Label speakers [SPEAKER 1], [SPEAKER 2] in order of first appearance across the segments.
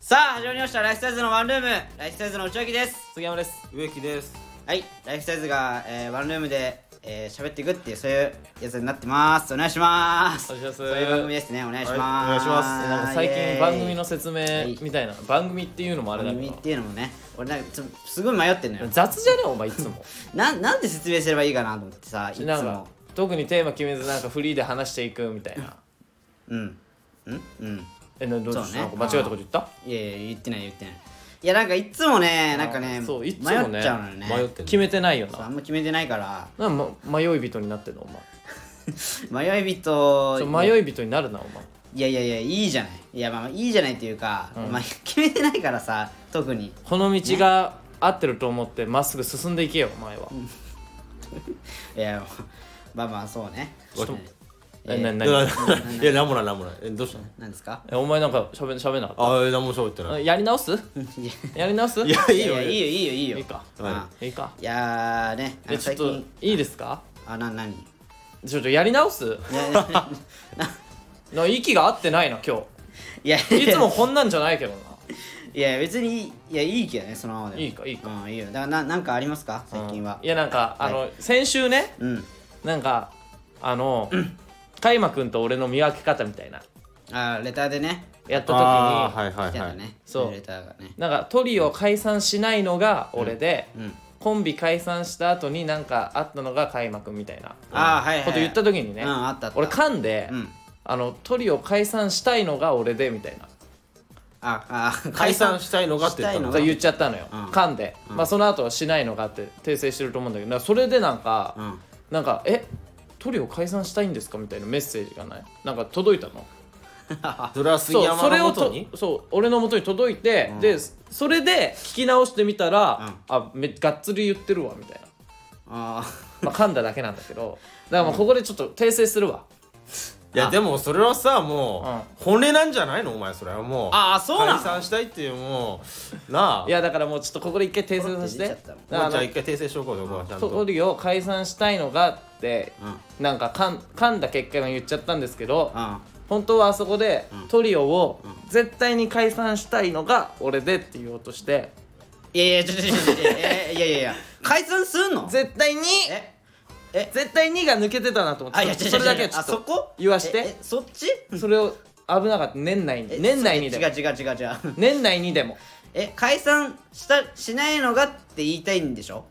[SPEAKER 1] さあ始まりましたライフサイズのワンルームライフサイズの内脇です
[SPEAKER 2] 杉山です
[SPEAKER 3] 植木です
[SPEAKER 1] はいライフサイズが、えーワンルームで、えー、喋っていくっていうそういうやつになってますお願いします
[SPEAKER 2] お願いします
[SPEAKER 1] そういう番組ですねお願いします、
[SPEAKER 3] はいお願いします
[SPEAKER 2] なんか最
[SPEAKER 1] イエー
[SPEAKER 2] 近
[SPEAKER 1] イ
[SPEAKER 2] 番組の説
[SPEAKER 1] い
[SPEAKER 2] 明みたいな番組っていうのもあれだ
[SPEAKER 1] 番
[SPEAKER 2] け
[SPEAKER 1] 組っ
[SPEAKER 2] ど
[SPEAKER 1] ていうのもね俺なんかちょすごい迷ってんのよ
[SPEAKER 2] 雑じゃねえお前 いつも
[SPEAKER 1] なんなんで説明すればいいかなと思ってさいつ
[SPEAKER 2] なんか
[SPEAKER 1] も
[SPEAKER 2] 特にテーマ決めずなんかフリーで話していくみたいな
[SPEAKER 1] うんうんうん
[SPEAKER 2] えなどう
[SPEAKER 1] そう
[SPEAKER 2] し
[SPEAKER 1] ね
[SPEAKER 2] た、なんか間違えたこと言った
[SPEAKER 1] いやいや言ってない言ってないいやなんかいつもねなんかね
[SPEAKER 2] そういつも
[SPEAKER 1] 迷
[SPEAKER 2] ね
[SPEAKER 1] っちゃうのよね
[SPEAKER 3] 迷ってん
[SPEAKER 2] 決めてないよ
[SPEAKER 1] そうあ
[SPEAKER 2] なん
[SPEAKER 1] ま決めてないから
[SPEAKER 2] なんか、ま、迷い人になってんのお前
[SPEAKER 1] 迷い人
[SPEAKER 2] そう迷い人になるなお前
[SPEAKER 1] いやいやいやいいじゃないいやまあまあいいじゃないっていうか、まあ、決めてないからさ特に
[SPEAKER 2] この道が合ってると思ってまっすぐ進んでいけよお前は、
[SPEAKER 1] いやまあまあそうね
[SPEAKER 2] ちょっと
[SPEAKER 1] ね
[SPEAKER 2] え
[SPEAKER 1] え
[SPEAKER 2] な
[SPEAKER 1] ー
[SPEAKER 2] ない
[SPEAKER 3] やいやなんもないなんもないえどうしたの
[SPEAKER 1] なんですか
[SPEAKER 2] えお前なんかしゃべしゃべんなかっ
[SPEAKER 3] ああなんも喋って
[SPEAKER 2] た
[SPEAKER 3] な
[SPEAKER 2] あ
[SPEAKER 3] い
[SPEAKER 2] やり直 す
[SPEAKER 1] いや
[SPEAKER 2] やり直す
[SPEAKER 3] いやいいよ
[SPEAKER 1] やいい
[SPEAKER 3] いい
[SPEAKER 1] よいいよ
[SPEAKER 3] よ
[SPEAKER 1] いいよ
[SPEAKER 2] いいか
[SPEAKER 1] まあ
[SPEAKER 2] いいか
[SPEAKER 1] いやーねあ
[SPEAKER 2] え
[SPEAKER 1] の
[SPEAKER 2] ちょ
[SPEAKER 1] 最
[SPEAKER 2] っと
[SPEAKER 1] 近
[SPEAKER 2] いいですか
[SPEAKER 1] あな何い
[SPEAKER 2] ちょっとやり直す
[SPEAKER 1] やいや
[SPEAKER 2] な息が合ってないな今
[SPEAKER 1] いや
[SPEAKER 2] 日いつもこんなんじゃないけどない
[SPEAKER 1] や別にいやいいけどねそのままでも
[SPEAKER 2] いいかいいか
[SPEAKER 1] うんいいよだからななんかありますか最近は
[SPEAKER 2] うんいやなんかあの、先週ね
[SPEAKER 1] うん
[SPEAKER 2] なんかあの海馬くんと俺の見分け方みたいな
[SPEAKER 1] あーレターでね
[SPEAKER 2] やった時に、
[SPEAKER 3] あーはいは
[SPEAKER 1] 来
[SPEAKER 3] い
[SPEAKER 1] て
[SPEAKER 3] は
[SPEAKER 1] た
[SPEAKER 3] い
[SPEAKER 1] ね
[SPEAKER 2] そう
[SPEAKER 1] レターがね
[SPEAKER 2] なんかトリオ解散しないのが俺で、
[SPEAKER 1] うん
[SPEAKER 2] コンビ解散した後になんかあったのが海馬くんみたいな
[SPEAKER 1] あーはいはい
[SPEAKER 2] こと言った時にね、
[SPEAKER 1] うんあったあった
[SPEAKER 2] 俺噛んで、
[SPEAKER 1] うん
[SPEAKER 2] あのトリオ解散したいのが俺でみたいな
[SPEAKER 1] ああ
[SPEAKER 3] 解散したいのがって言った
[SPEAKER 1] う
[SPEAKER 3] の
[SPEAKER 1] ん
[SPEAKER 2] そう言っちゃったのよ、
[SPEAKER 1] ん
[SPEAKER 2] 噛んで、まあその後はしないのがあって訂正してると思うんだけどなんかそれでなんか、
[SPEAKER 1] うん
[SPEAKER 2] なんか「えトリオ解散したいんですか?」みたいなメッセージがないなんか届いたの
[SPEAKER 3] それは杉
[SPEAKER 2] そうそ
[SPEAKER 3] 山
[SPEAKER 2] れ
[SPEAKER 3] の
[SPEAKER 2] を
[SPEAKER 3] もと
[SPEAKER 2] と
[SPEAKER 3] に
[SPEAKER 2] そう俺の元に届いて、でそれで聞き直してみたら、あめがっつり言ってるわみたいな、
[SPEAKER 1] あ
[SPEAKER 2] まあ、噛んだだけなんだけどだからもうここでちょっと訂正するわ、
[SPEAKER 3] いやでもそれはさもう本音なんじゃないのお前それはもう
[SPEAKER 1] あーそうなの
[SPEAKER 3] 解散したいっていうもうなあ
[SPEAKER 2] いやだからもうちょっとここで一回訂正させ
[SPEAKER 1] ポロって出
[SPEAKER 2] て
[SPEAKER 1] ちゃったもん
[SPEAKER 2] だ
[SPEAKER 3] も
[SPEAKER 2] か
[SPEAKER 3] うじ
[SPEAKER 2] ら
[SPEAKER 3] ゃあ
[SPEAKER 2] あ
[SPEAKER 3] 一回訂正しとこうよここはちゃ
[SPEAKER 2] の
[SPEAKER 3] ん
[SPEAKER 2] ト
[SPEAKER 3] と
[SPEAKER 2] リオ解散したいのがって、
[SPEAKER 1] う
[SPEAKER 2] なんか噛ん噛んだ結果が言っちゃったんですけど、
[SPEAKER 1] あ
[SPEAKER 2] 本当はあそこでトリオを絶対に解散したいのが俺でって言おうとして
[SPEAKER 1] いやいやちょちょちょちょいやいやいやいや解散すんの
[SPEAKER 2] 絶対に
[SPEAKER 1] え
[SPEAKER 2] 絶対にが抜けてたなと思って
[SPEAKER 1] あいやちょち
[SPEAKER 2] そ
[SPEAKER 1] ょ
[SPEAKER 2] れ
[SPEAKER 1] ちょ
[SPEAKER 2] だけはちょ
[SPEAKER 1] あ
[SPEAKER 2] っ
[SPEAKER 1] そこと
[SPEAKER 2] 言わし
[SPEAKER 1] え
[SPEAKER 2] て
[SPEAKER 1] えそっち
[SPEAKER 2] それを危なかった年内
[SPEAKER 1] え
[SPEAKER 2] に年内に
[SPEAKER 1] そ
[SPEAKER 2] で
[SPEAKER 1] 違う
[SPEAKER 2] も
[SPEAKER 1] 違う違う違う
[SPEAKER 2] 年内にでも
[SPEAKER 1] え解散したしないのがって言いたいんでしょ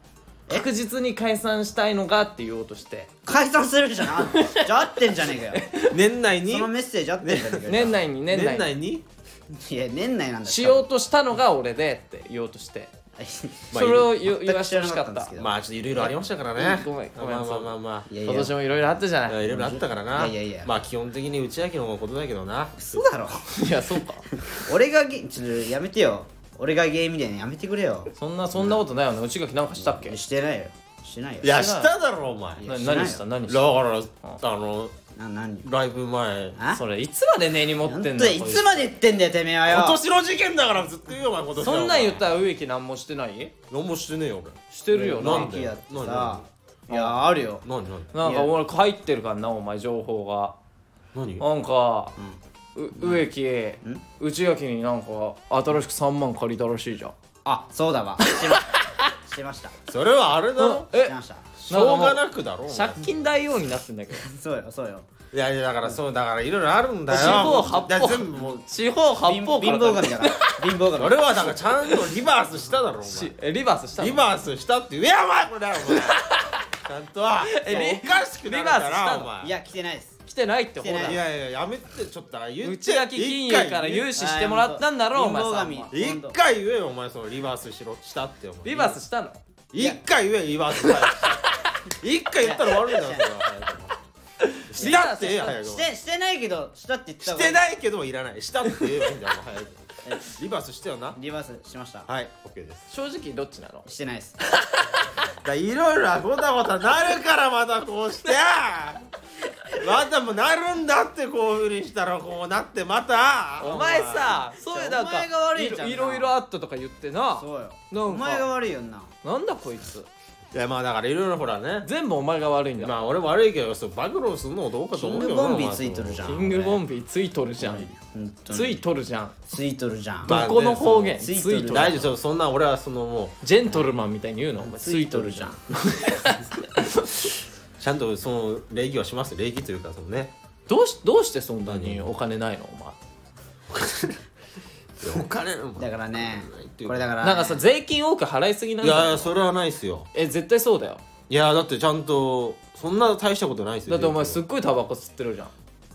[SPEAKER 2] 確実に解散したいのがって言おうとして
[SPEAKER 1] 解散するじゃなじゃあ合ってんじゃねえかよ
[SPEAKER 3] 年内に
[SPEAKER 1] そのメッセージ合ってんじゃねえかよ
[SPEAKER 2] 年内に年
[SPEAKER 3] 年
[SPEAKER 2] 内に
[SPEAKER 3] 内に
[SPEAKER 1] いや年内なんだ
[SPEAKER 2] しよ うとしたのが俺でって言おうとして
[SPEAKER 3] ま
[SPEAKER 2] そ
[SPEAKER 3] あ
[SPEAKER 2] れを言
[SPEAKER 1] 全く
[SPEAKER 2] 言わしてほし
[SPEAKER 1] 知らな
[SPEAKER 2] か
[SPEAKER 1] かったん
[SPEAKER 2] っ
[SPEAKER 1] です
[SPEAKER 2] た
[SPEAKER 1] けど
[SPEAKER 3] まあちょっといろいろありましたからね
[SPEAKER 2] うんごめんごめん
[SPEAKER 3] まあまあまあまあ
[SPEAKER 1] いやいや
[SPEAKER 2] 今年もいろいろあったじゃない
[SPEAKER 3] いろいろあったからない
[SPEAKER 1] やいやいや
[SPEAKER 3] まあ基本的に内明のことだけどな
[SPEAKER 1] そうだろ
[SPEAKER 2] いやそうか
[SPEAKER 1] 俺がげちょっとやめてよ俺がゲームみたいなのやめてくれよ
[SPEAKER 2] そんなそんなことないよね内垣なんかしたっけ
[SPEAKER 1] してないよしてないよ
[SPEAKER 3] いやしただろお前
[SPEAKER 1] いや
[SPEAKER 2] な
[SPEAKER 1] しない
[SPEAKER 2] 何した何し
[SPEAKER 3] だ
[SPEAKER 2] た
[SPEAKER 3] からあの
[SPEAKER 1] な何
[SPEAKER 3] ライブ前
[SPEAKER 1] あ
[SPEAKER 2] それいつまで根に持っ
[SPEAKER 1] 本
[SPEAKER 2] て
[SPEAKER 1] 当
[SPEAKER 2] んだ
[SPEAKER 1] に
[SPEAKER 2] よ
[SPEAKER 1] い
[SPEAKER 2] こい
[SPEAKER 1] つまで言ってんだよてめえはよ
[SPEAKER 3] 今年の事件だからずっと言うよお前今年
[SPEAKER 2] そんなん言
[SPEAKER 3] っ
[SPEAKER 2] ったら植木何もしてない
[SPEAKER 3] 何もしてねえよ俺
[SPEAKER 2] してるよな
[SPEAKER 3] なんで
[SPEAKER 1] やって
[SPEAKER 3] なんで
[SPEAKER 1] さ
[SPEAKER 3] ない
[SPEAKER 1] やあるよ
[SPEAKER 3] 何何
[SPEAKER 2] なん
[SPEAKER 1] い
[SPEAKER 2] か
[SPEAKER 1] や
[SPEAKER 2] 俺入ってるからなお前情報が
[SPEAKER 3] 何
[SPEAKER 2] なんか、う植木内垣になんか新しく3万借りたらしいじゃん
[SPEAKER 1] あそうだわしてました してました
[SPEAKER 3] それはあれだろ
[SPEAKER 2] え
[SPEAKER 1] してました
[SPEAKER 3] しょうがなくだろお前
[SPEAKER 2] 借金大王になってんだけど
[SPEAKER 1] そうよそうよ
[SPEAKER 3] いやいやだからそうだからいろいろあるんだよ
[SPEAKER 2] 四方八方
[SPEAKER 3] いや全部もう
[SPEAKER 2] 四方八
[SPEAKER 1] 貧
[SPEAKER 2] 方
[SPEAKER 1] 貧
[SPEAKER 2] から
[SPEAKER 1] 乏神だから貧乏神
[SPEAKER 3] それはだからちゃんとリバースしただろお
[SPEAKER 2] し
[SPEAKER 3] 前
[SPEAKER 2] えリバースしたの
[SPEAKER 3] リバースしたって言えよお前これだよお前ちゃんとは
[SPEAKER 2] え
[SPEAKER 3] おかしくなる
[SPEAKER 2] リバー
[SPEAKER 3] か
[SPEAKER 2] スした
[SPEAKER 3] ら
[SPEAKER 2] の
[SPEAKER 3] お前
[SPEAKER 1] いや来てないです
[SPEAKER 2] 来てないって方
[SPEAKER 1] 来
[SPEAKER 2] だ
[SPEAKER 1] て
[SPEAKER 3] い
[SPEAKER 1] な
[SPEAKER 3] やいややめてちょっとあ言って
[SPEAKER 2] 内垣金融から融資してもらったんだろお前さん
[SPEAKER 1] 貧乏神
[SPEAKER 3] 一回言えよお前そのリバースしろしたってお前
[SPEAKER 2] リバースしたの
[SPEAKER 3] 一回言えリバースした一回言ったら終わるんだよそれは早くしたって言えよ早く
[SPEAKER 1] してしてないけどしたって言ってた
[SPEAKER 3] し
[SPEAKER 1] わ
[SPEAKER 3] てないけどもいらないしたって言えばいいんだよお前早く リバースしてよな
[SPEAKER 1] リバースしました
[SPEAKER 3] はい OK です
[SPEAKER 2] 正直どっちなの
[SPEAKER 1] してないです
[SPEAKER 3] だいろいろごたごたなるからまたこうしてまたもうなるんだってこういうふうにしたらこうなってまた
[SPEAKER 2] お前さそういうなんか
[SPEAKER 1] お前が悪いじゃんない
[SPEAKER 2] ろいろあったとか言ってな
[SPEAKER 1] そうよ
[SPEAKER 2] なんか
[SPEAKER 1] お前が悪いよんな
[SPEAKER 2] なんだこいつ
[SPEAKER 3] いやまあだからいろいろほらね
[SPEAKER 2] 全部お前が悪いんだ、
[SPEAKER 3] まあ俺悪いけどそう暴露するのどうかと
[SPEAKER 1] キン
[SPEAKER 3] 思う
[SPEAKER 1] グ
[SPEAKER 3] よ
[SPEAKER 1] ボンビーついとるじゃん
[SPEAKER 2] キングボンビーついとるじゃん、
[SPEAKER 1] 本当に
[SPEAKER 2] ついとるじゃん
[SPEAKER 1] ついとるじゃん
[SPEAKER 3] まあね
[SPEAKER 2] どこの方言
[SPEAKER 1] そ
[SPEAKER 2] つ
[SPEAKER 1] う
[SPEAKER 2] いとる
[SPEAKER 1] ついとる
[SPEAKER 3] 大丈夫そうそんな俺はそのも
[SPEAKER 2] ジェントルマンみたいに言うのお前
[SPEAKER 1] ついとるじゃん
[SPEAKER 3] うちゃんとその礼儀はします礼儀というかそのね
[SPEAKER 2] どうしどうしてそんなにお金ないのお前
[SPEAKER 3] いやお金の
[SPEAKER 1] だからねこれだから
[SPEAKER 2] なんかさ税金多く払いすぎなん
[SPEAKER 3] いやい
[SPEAKER 2] だ
[SPEAKER 3] やそれはないっすよ
[SPEAKER 2] え絶対そうだよ
[SPEAKER 3] いやだってちゃんとそんな大したことないっす
[SPEAKER 2] だ
[SPEAKER 3] よ
[SPEAKER 2] ってお前す
[SPEAKER 3] 税
[SPEAKER 2] っごいタバコ吸ってるじゃん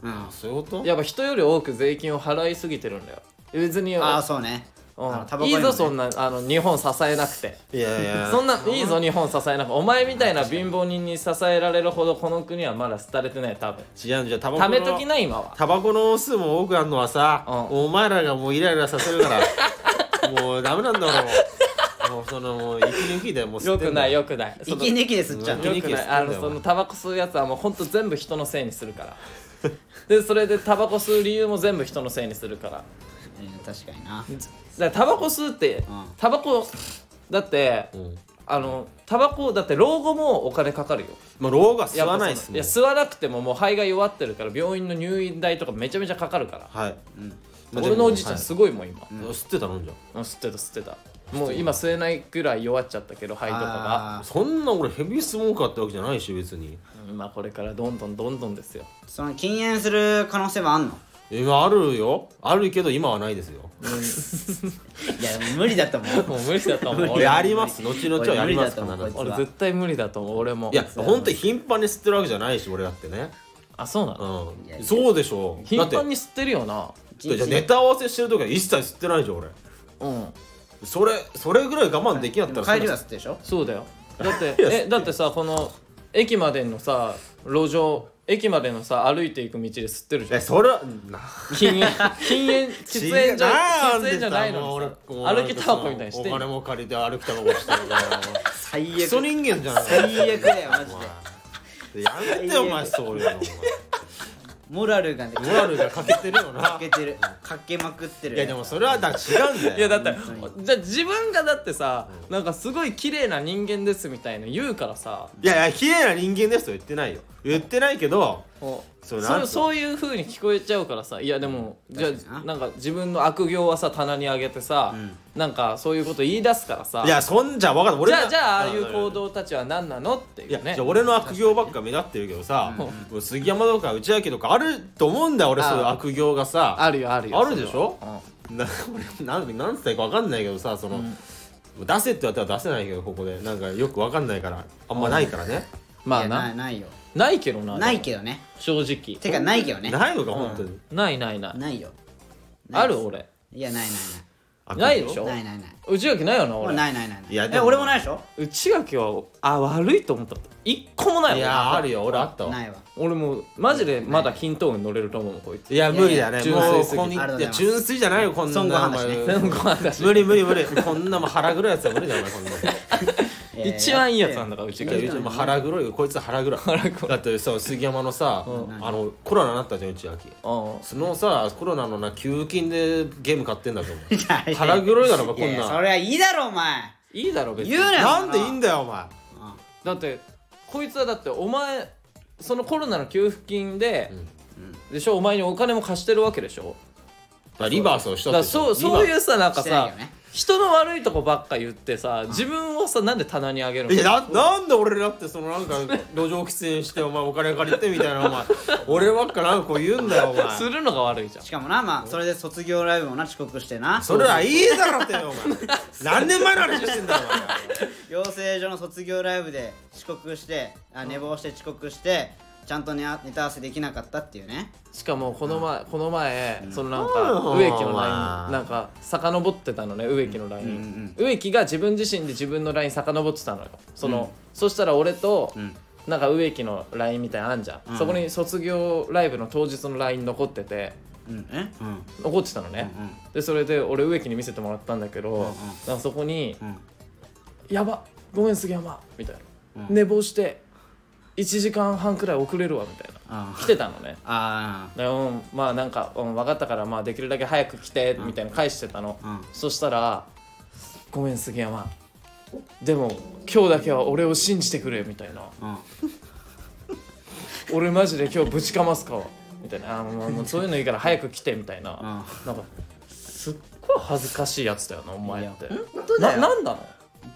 [SPEAKER 1] うん
[SPEAKER 3] 金そういうこと
[SPEAKER 2] やっぱ人より多く税金を払いすぎてるんだよ別に
[SPEAKER 1] ああそうね
[SPEAKER 2] うん
[SPEAKER 1] あのタバコに
[SPEAKER 2] い
[SPEAKER 1] も
[SPEAKER 2] い
[SPEAKER 1] ね
[SPEAKER 2] ぞそんなあの日本支えなくて
[SPEAKER 3] いやいや
[SPEAKER 2] そんないいぞ日本支えなくてお前みたいな貧乏人に支えられるほどこの国はまだ廃れてない多分
[SPEAKER 3] 違うんじゃタバコ
[SPEAKER 2] 貯
[SPEAKER 3] の
[SPEAKER 2] めときな今は
[SPEAKER 3] タバコの数も多くあるのはさ、
[SPEAKER 2] う
[SPEAKER 3] お前らがもうイライラさせるから もうダメなんだ俺もうもうそのもう息抜きでもう吸
[SPEAKER 2] よ
[SPEAKER 3] ってん
[SPEAKER 2] く
[SPEAKER 3] だ
[SPEAKER 2] ないよくないその
[SPEAKER 1] 息抜きで吸っちゃう
[SPEAKER 3] うん
[SPEAKER 2] よく
[SPEAKER 3] 息抜きで
[SPEAKER 2] な
[SPEAKER 3] す
[SPEAKER 2] い
[SPEAKER 3] か
[SPEAKER 2] あ
[SPEAKER 3] ら
[SPEAKER 2] の
[SPEAKER 3] ね
[SPEAKER 2] そのタバコ吸うやつはもうほんと全部人のせいにするからでそれでタバコ吸う理由も全部人のせいにするからだか
[SPEAKER 1] うん確かにな
[SPEAKER 2] らタバコ吸うって
[SPEAKER 1] ん
[SPEAKER 2] タバコだって
[SPEAKER 3] うん
[SPEAKER 2] あのタバコだって老後もお金かかるよ
[SPEAKER 3] まあ老後は吸
[SPEAKER 2] やっぱ
[SPEAKER 3] わ
[SPEAKER 2] その
[SPEAKER 3] ないっす
[SPEAKER 2] い
[SPEAKER 3] も
[SPEAKER 2] や
[SPEAKER 3] ん
[SPEAKER 2] 吸わなくてももう肺が弱ってるから病院の入院代とかめちゃめちゃかかるから
[SPEAKER 3] はい、まあ
[SPEAKER 2] 俺のおじいちゃん
[SPEAKER 3] です
[SPEAKER 2] ごいもん今、
[SPEAKER 3] もはい吸ってたのじゃ
[SPEAKER 2] うん吸ってた吸ってたもう今吸えないくらい弱っちゃったけど肺とか
[SPEAKER 1] あ
[SPEAKER 3] んそんな俺ヘビースモーカーってわけじゃないし別に
[SPEAKER 2] がうんまあこれからどんどんどんどんですよ
[SPEAKER 1] ーその禁煙する可能性もあんの
[SPEAKER 3] 今あるよあるけど今はないですよ
[SPEAKER 1] いやでも無理だと思う
[SPEAKER 2] もう無理だと思う
[SPEAKER 3] い
[SPEAKER 2] 俺
[SPEAKER 3] やあります後々はやります
[SPEAKER 1] 俺無理だと思う
[SPEAKER 3] 必ず
[SPEAKER 1] こ
[SPEAKER 2] 俺絶対無理だと思う俺も
[SPEAKER 3] いや本当に頻繁に吸ってるわけじゃないし俺だってね
[SPEAKER 2] あそうなの、
[SPEAKER 3] うん
[SPEAKER 1] いやいや
[SPEAKER 3] そうでしょ
[SPEAKER 2] 頻
[SPEAKER 3] だっ
[SPEAKER 2] 繁
[SPEAKER 3] て
[SPEAKER 2] に吸ってるよな
[SPEAKER 1] 一日
[SPEAKER 3] じゃあネタ合わせしてる時は一切吸ってないじゃん俺
[SPEAKER 2] うん
[SPEAKER 3] それそれぐらい我慢できなかった
[SPEAKER 1] でも
[SPEAKER 3] ら
[SPEAKER 1] 帰りは吸ってでしょ
[SPEAKER 2] そうだ よだってえだってさこの駅までのさ路上駅までのさ歩いていく道で吸ってるじゃ
[SPEAKER 3] え
[SPEAKER 2] ん
[SPEAKER 3] それはな
[SPEAKER 2] 禁煙 禁煙喫煙じゃ喫煙じゃないのにさ歩きタバコみたいにして
[SPEAKER 3] お
[SPEAKER 2] ん
[SPEAKER 3] 金
[SPEAKER 2] の
[SPEAKER 3] も借りて歩きタバコしてるから
[SPEAKER 1] 最
[SPEAKER 3] クソ
[SPEAKER 1] 悪
[SPEAKER 3] 人間じゃない
[SPEAKER 1] 最悪だよマジで
[SPEAKER 3] でやめてお前そういうの
[SPEAKER 1] モラルがね
[SPEAKER 3] お前モラルが欠けてるよ
[SPEAKER 1] か
[SPEAKER 3] な
[SPEAKER 1] けてるかけまくってる
[SPEAKER 3] いやでもそれはだから違うんだよ
[SPEAKER 2] いやだって
[SPEAKER 1] 本
[SPEAKER 2] じゃあ自分がだってさなんかすごい綺麗な人間ですみたいな言うからさ
[SPEAKER 3] いやいや綺麗な人間ですと言ってないよ言ってないけど
[SPEAKER 2] こう
[SPEAKER 3] そ
[SPEAKER 2] そうう
[SPEAKER 3] なんと
[SPEAKER 2] そういうふうに聞こえちゃうからさいやでもじゃ
[SPEAKER 1] 確か
[SPEAKER 2] あ
[SPEAKER 1] に
[SPEAKER 2] なんか自分の悪行はさ棚に上げてさ、なんかそういうこと言い出すからさ
[SPEAKER 3] いやそんじゃ分かんない俺
[SPEAKER 2] じ
[SPEAKER 3] が
[SPEAKER 2] ゃあじゃあああいう行動たちは何なのっていう
[SPEAKER 3] いや、
[SPEAKER 2] ね
[SPEAKER 3] じゃあ俺の悪行ばっか目立ってるけどさ、もう杉山とか内明とかあると思うんだよ俺
[SPEAKER 2] ああ
[SPEAKER 3] そういう悪行がさ
[SPEAKER 2] あるよあるよ
[SPEAKER 3] あるでしょ
[SPEAKER 2] それは
[SPEAKER 3] な俺なんなんつったらいいか分かんないけどさその、出せって言われたら出せないけどここでなんかよく分かんないからあんまないからね、
[SPEAKER 2] うんま
[SPEAKER 1] い
[SPEAKER 2] あ
[SPEAKER 1] や
[SPEAKER 2] な
[SPEAKER 1] ないないよ
[SPEAKER 2] ないけどな
[SPEAKER 1] ない
[SPEAKER 2] ど
[SPEAKER 1] けどね
[SPEAKER 2] 正直
[SPEAKER 1] てかないけどね
[SPEAKER 3] ないのか本当に、
[SPEAKER 2] ないないない
[SPEAKER 1] ないよ
[SPEAKER 2] ある俺
[SPEAKER 1] いやないない
[SPEAKER 3] 悪行
[SPEAKER 2] ないでしょ
[SPEAKER 1] ないないないない
[SPEAKER 2] 内垣ないよな
[SPEAKER 1] もう
[SPEAKER 2] 俺
[SPEAKER 1] ないないないない
[SPEAKER 3] いやで
[SPEAKER 1] え
[SPEAKER 3] も
[SPEAKER 1] 俺もないでしょ
[SPEAKER 2] 内垣はあ悪いと思ったこと一個もないもん
[SPEAKER 3] いやあるよ俺あったわ
[SPEAKER 1] ないわ
[SPEAKER 2] 俺もうマジでまだ均等に乗れると思うもんこいつ
[SPEAKER 3] いや無理だ
[SPEAKER 2] い
[SPEAKER 3] ね
[SPEAKER 2] や純
[SPEAKER 3] も
[SPEAKER 2] 粋
[SPEAKER 3] う
[SPEAKER 2] すぎ
[SPEAKER 3] ここにい
[SPEAKER 1] ありがとうござい
[SPEAKER 3] や
[SPEAKER 1] ます
[SPEAKER 3] 純粋じゃないよこんな
[SPEAKER 1] 孫悟飯だしね
[SPEAKER 3] お前
[SPEAKER 2] 全部話
[SPEAKER 3] 無理無理無理こんなもん腹黒いや つは無理だよお前こんなもん
[SPEAKER 1] えー
[SPEAKER 2] 一番いいやつなんだから内
[SPEAKER 3] いや
[SPEAKER 2] 垣
[SPEAKER 3] うちもう腹黒いよこいつ腹 黒いだってさ杉山のさ、あのコロナになったじゃんうち秋
[SPEAKER 2] うん
[SPEAKER 3] そのさコロナのな給付金でゲーム買ってんだぞお前
[SPEAKER 1] いや
[SPEAKER 3] 腹黒いだろお前
[SPEAKER 1] いやいや
[SPEAKER 3] こんなん
[SPEAKER 1] そりゃいいだろお前
[SPEAKER 2] いいだろ別に
[SPEAKER 1] 言うなよ
[SPEAKER 3] なんでいいんだよお前
[SPEAKER 2] だってこいつはだってお前そのコロナの給付金で、でしょお前にお金も貸してるわけでしょ
[SPEAKER 3] だからリバースをし
[SPEAKER 2] だ
[SPEAKER 3] た
[SPEAKER 2] か
[SPEAKER 3] っ
[SPEAKER 2] ら
[SPEAKER 3] て
[SPEAKER 2] そう
[SPEAKER 3] リバ
[SPEAKER 2] そういうさなんか
[SPEAKER 1] してない
[SPEAKER 2] さ
[SPEAKER 1] よね
[SPEAKER 2] 人の悪いとこばっか言ってさ自分をさなんで棚にあげるの
[SPEAKER 3] いやななんで俺だってそのなんか路上喫煙してお前お金借りてみたいなお前俺ばっかなんかこう言うんだよお前
[SPEAKER 2] するのが悪いじゃん
[SPEAKER 1] しかもなまあそれで卒業ライブもな遅刻してな
[SPEAKER 3] それはいいだろって よお前何年前の話してんだよ
[SPEAKER 1] 養成所の卒業ライブで遅刻してあ寝坊して遅刻してちゃんとネネタ合わせできなかったっていうね
[SPEAKER 2] しかもこの前、この前、そのなん
[SPEAKER 3] う
[SPEAKER 2] か
[SPEAKER 3] ん
[SPEAKER 2] 植木の
[SPEAKER 3] まあ
[SPEAKER 2] LINE なんか遡ってたのね植木の LINE、
[SPEAKER 1] ん
[SPEAKER 2] 植木が自分自身で自分の LINE 遡ってたのよその、そしたら俺と、
[SPEAKER 1] ん
[SPEAKER 2] なんか植木の LINE みたいなのあんじゃん、
[SPEAKER 1] ん
[SPEAKER 2] そこに卒業ライブの当日の LINE 残ってて
[SPEAKER 1] うんえうん
[SPEAKER 2] 残ってたのね、でそれで俺植木に見せてもらったんだけど、なんかそこに「
[SPEAKER 1] ん
[SPEAKER 2] やばごめん杉山」みたいな、寝坊して1時間半くらい遅れるわ」みたいな
[SPEAKER 1] あ
[SPEAKER 2] 来てたのね
[SPEAKER 1] あ
[SPEAKER 2] でうん、まあなんか、うん、分かったから、まあ、できるだけ早く来てみたいな返してたの、
[SPEAKER 1] うん
[SPEAKER 2] そしたら「ごめん杉山でも今日だけは俺を信じてくれみたいな
[SPEAKER 1] うん
[SPEAKER 2] 俺マジで今日ぶちかますからみたいなあーもうもうそういうのいいから早く来てみたいななんかすっごい恥ずかしいやつだよなお前ってななんなの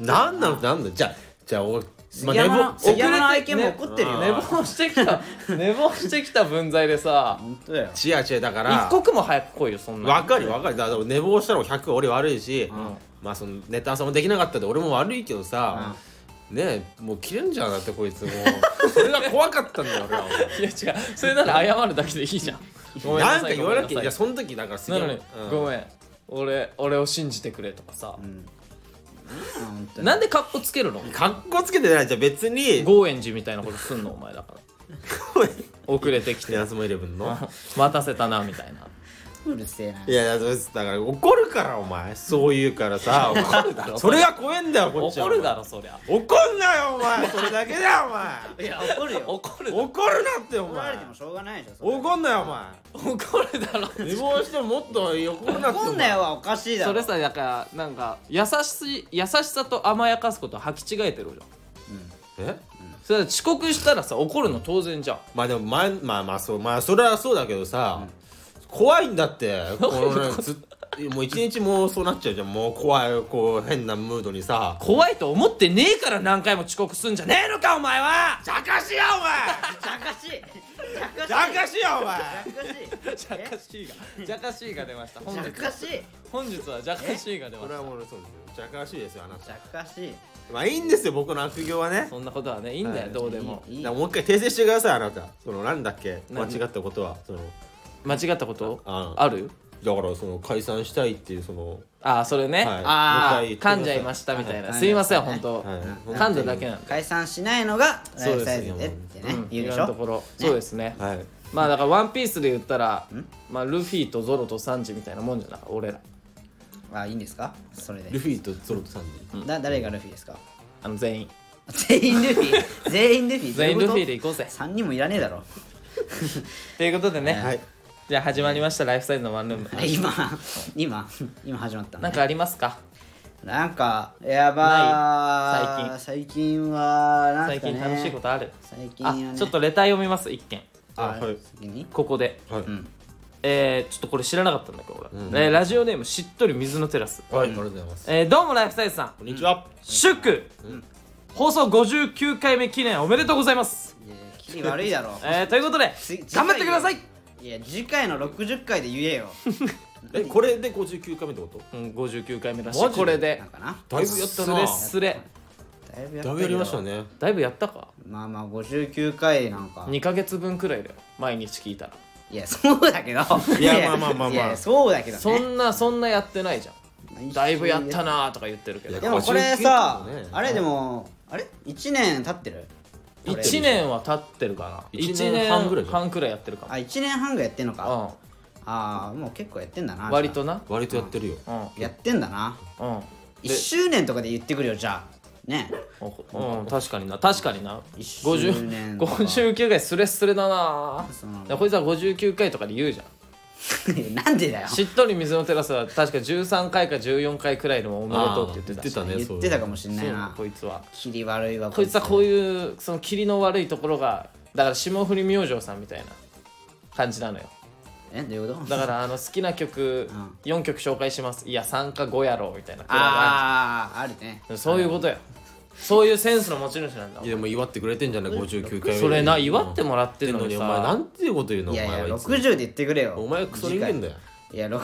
[SPEAKER 3] なんなのなんだじゃあじゃあ俺、まあ、
[SPEAKER 1] 杉山の
[SPEAKER 3] 寝ぼ
[SPEAKER 1] 杉山の愛犬も怒ってるよ
[SPEAKER 2] 寝坊してきた寝坊してきた分際でさ
[SPEAKER 1] 本当だよ
[SPEAKER 3] 違う違うだから
[SPEAKER 2] 一刻も早く来いよそんなの
[SPEAKER 3] わかるよわかるだから寝坊したの100俺悪いし、
[SPEAKER 1] ん
[SPEAKER 3] まあそのネタ朝もできなかったで俺も悪いけどさ、ねえもう切れんじゃんだってこいつもう それが怖かったんだよ俺はい
[SPEAKER 2] や違うそれなら謝るだけでいいじゃんごめん
[SPEAKER 3] な
[SPEAKER 2] なん
[SPEAKER 3] か
[SPEAKER 2] さい
[SPEAKER 3] 言わなきゃい
[SPEAKER 2] ごめん
[SPEAKER 3] や
[SPEAKER 2] なさ
[SPEAKER 3] その時だからす
[SPEAKER 2] いなのに
[SPEAKER 3] うん
[SPEAKER 2] ごめん俺俺を信じてくれとかさ
[SPEAKER 1] うん本当に
[SPEAKER 2] なんでカッコつけるの
[SPEAKER 3] かっこつけてないじゃん別に
[SPEAKER 2] 高円寺みたいなことすんのお前だ から遅れてきて
[SPEAKER 3] ヤスモイレブンの
[SPEAKER 2] 待たせたなみたいな
[SPEAKER 1] うるせえない
[SPEAKER 3] やいやそうですだから怒るからお前そう言うからさ怒るだろそれが怖えんだよこっちは
[SPEAKER 2] 怒るだろそりゃ
[SPEAKER 3] 怒んなよお前それだけだよ
[SPEAKER 1] いや怒るよ
[SPEAKER 2] 怒
[SPEAKER 3] お
[SPEAKER 2] る
[SPEAKER 3] 前怒るなってお
[SPEAKER 1] 怒ら
[SPEAKER 3] 前
[SPEAKER 1] れてもしょうがないでしょそれ
[SPEAKER 3] 怒んなよお前
[SPEAKER 2] 怒るだろ
[SPEAKER 3] 寝坊してももっと怒るなってお前
[SPEAKER 1] 怒んなよはおかしいだ
[SPEAKER 2] そ
[SPEAKER 1] ろ
[SPEAKER 2] れさだからなんか優しい優しさと甘やかすことを履き違えてるじゃん
[SPEAKER 3] え
[SPEAKER 2] それだって遅刻したらさ怒るの当然じゃん
[SPEAKER 3] まあでもまあまあまあそうまあそれはそうだけどさ、怖いんだってこのずもう一日もうそうなっちゃうじゃんもう怖いこう変なムードにさ
[SPEAKER 2] 怖いと思ってねえから何回も遅刻すんじゃねえのかお前は
[SPEAKER 3] じゃかしや
[SPEAKER 1] じゃかしいじゃかしい
[SPEAKER 3] お前じゃかしやお前
[SPEAKER 2] ジャカシーがジャカシーが出ました本
[SPEAKER 1] じゃ
[SPEAKER 2] 日
[SPEAKER 1] かしいえ
[SPEAKER 2] 本日はジャカシーが出ま
[SPEAKER 3] これ
[SPEAKER 2] した
[SPEAKER 3] はもうそうですよじゃかしいですよあな
[SPEAKER 1] じ
[SPEAKER 3] た
[SPEAKER 1] ゃかしい
[SPEAKER 3] まあいいんですよ僕の悪行はね
[SPEAKER 2] そんなことはねいいんだ
[SPEAKER 3] は
[SPEAKER 2] よ
[SPEAKER 3] い
[SPEAKER 2] どうでも
[SPEAKER 1] いいいい
[SPEAKER 3] だからもう一回訂正してくださいあなたそのなんだっけ間
[SPEAKER 2] 何
[SPEAKER 3] 違ったことはその
[SPEAKER 2] 間違ったこと
[SPEAKER 3] あ
[SPEAKER 2] ある
[SPEAKER 3] だからその解散したいっていうその
[SPEAKER 2] ああそれね
[SPEAKER 3] はい
[SPEAKER 2] ああ
[SPEAKER 3] もう一回言ってください
[SPEAKER 2] 噛んじゃいましたみたい
[SPEAKER 1] は
[SPEAKER 2] ないすいません本当
[SPEAKER 3] はい
[SPEAKER 2] 噛んだだけなんで
[SPEAKER 1] 解散しないのがライ
[SPEAKER 3] そう
[SPEAKER 1] フ
[SPEAKER 3] です
[SPEAKER 1] サイズでってね
[SPEAKER 2] うん
[SPEAKER 1] 言うで
[SPEAKER 2] 今
[SPEAKER 1] し
[SPEAKER 2] のと
[SPEAKER 1] ょ
[SPEAKER 2] ころそうですね
[SPEAKER 3] はい
[SPEAKER 2] まあだからワンピースで言ったらまあルフィとゾロとサンジみたいなもんじゃな俺ら
[SPEAKER 1] あいいんですかそれで
[SPEAKER 3] ルフィとゾロとサンジ
[SPEAKER 1] だ誰がルフィですか
[SPEAKER 2] あの全員
[SPEAKER 1] 全員ルフィ全員ルフィ
[SPEAKER 2] 全員ルフィで
[SPEAKER 1] い
[SPEAKER 2] 行こうぜ
[SPEAKER 1] 3人もいらねえだろ
[SPEAKER 2] ということでね、
[SPEAKER 3] はい
[SPEAKER 2] じゃあ始まりました「ライフサイズのワンルーム」
[SPEAKER 1] 今今今始まった
[SPEAKER 2] なんかありますか
[SPEAKER 1] なんかやば
[SPEAKER 2] な
[SPEAKER 1] 最近
[SPEAKER 2] い
[SPEAKER 1] 最近はなん
[SPEAKER 2] 最
[SPEAKER 1] か、ね、
[SPEAKER 2] 近楽しいことある
[SPEAKER 1] 最近は
[SPEAKER 2] あ
[SPEAKER 1] ね
[SPEAKER 2] ちょっとレター読みます一件
[SPEAKER 1] あ
[SPEAKER 3] あはい
[SPEAKER 1] 先に
[SPEAKER 2] ここで
[SPEAKER 3] はい、
[SPEAKER 2] えー、ちょっとこれ知らなかったんだけど俺、えーラジオネームしっとり水のテラス、
[SPEAKER 3] はい、ありがとうございます。
[SPEAKER 2] えー、どうもライフサイズさん
[SPEAKER 3] こんにちは。
[SPEAKER 2] 祝、放送59回目記念おめでとうございます、
[SPEAKER 1] いやキリ悪いだろ
[SPEAKER 2] えー、ということで
[SPEAKER 1] つ
[SPEAKER 2] 頑張ってください
[SPEAKER 1] 次、回いや次回の60回で言 えよ
[SPEAKER 3] え、これで59回目ってこと
[SPEAKER 2] うん、59回目らしい
[SPEAKER 3] マジで
[SPEAKER 2] これで
[SPEAKER 1] なんかな
[SPEAKER 3] だいぶやった
[SPEAKER 2] す
[SPEAKER 3] な
[SPEAKER 2] れ。すれ
[SPEAKER 1] だいぶやったけど
[SPEAKER 3] だいぶやりましたね。
[SPEAKER 2] だいぶやったか
[SPEAKER 1] まあまあ59回なんか
[SPEAKER 2] 2ヶ月分くらいだよ毎日聞いたら
[SPEAKER 1] いやそうだけ ど
[SPEAKER 3] いやまあまあまあまあ
[SPEAKER 1] いやそうだけど
[SPEAKER 2] そ
[SPEAKER 1] ね
[SPEAKER 2] んなそんなやってないじゃんだいぶやったなーとか言ってるけど
[SPEAKER 1] でもこれ
[SPEAKER 3] 59
[SPEAKER 1] さ、
[SPEAKER 3] 回もね
[SPEAKER 1] あれでもあれ1年経ってるこれ
[SPEAKER 2] 1年は経ってるかな
[SPEAKER 3] 一年半ぐらい
[SPEAKER 2] 一年半くらいやってるか
[SPEAKER 1] あ1年半ぐらいやってんのか、
[SPEAKER 2] も
[SPEAKER 1] ああもう結構やってんだ
[SPEAKER 2] う
[SPEAKER 1] なん
[SPEAKER 2] 割とな
[SPEAKER 3] 割とやってるよ。
[SPEAKER 2] うんうん
[SPEAKER 1] じゃあやってんだな
[SPEAKER 2] で
[SPEAKER 1] 1周年とかで言ってくるよじゃあね
[SPEAKER 2] おうん確かにな確かにな
[SPEAKER 1] 一周年
[SPEAKER 2] 50
[SPEAKER 1] とか
[SPEAKER 2] 59回スレスレだな
[SPEAKER 1] そうなんだ
[SPEAKER 2] でこいつは59回とかで言うじゃん
[SPEAKER 1] なんでだよ
[SPEAKER 2] しっとり水のテラスは確か13回か14回くらいのおめでとうって言ってたし
[SPEAKER 3] あー言ってた
[SPEAKER 1] 言
[SPEAKER 3] ね
[SPEAKER 1] ってたかもしんない
[SPEAKER 2] そう
[SPEAKER 1] な
[SPEAKER 2] こいつは
[SPEAKER 1] キリ悪いわ
[SPEAKER 2] こいつはこういうその霧の悪いところがだから霜降り明星さんみたいな感じなのよ
[SPEAKER 1] えどういうこと
[SPEAKER 2] だからあの好きな曲
[SPEAKER 1] ん
[SPEAKER 2] 4曲紹介しますいや3か5やろうみたいな
[SPEAKER 1] あああるね
[SPEAKER 2] そういうことよそういうセンスの持ち主なんだ
[SPEAKER 3] いや、でも祝ってくれてんじゃない、59回目。
[SPEAKER 2] それな祝ってもらってるのに
[SPEAKER 3] お
[SPEAKER 2] さ
[SPEAKER 3] 前、なんていうこと言うの、お
[SPEAKER 1] いや
[SPEAKER 3] 前
[SPEAKER 1] いや
[SPEAKER 3] はいつも。
[SPEAKER 1] 60で言ってくれよ
[SPEAKER 3] お前はクソ人間だよ。
[SPEAKER 1] いや6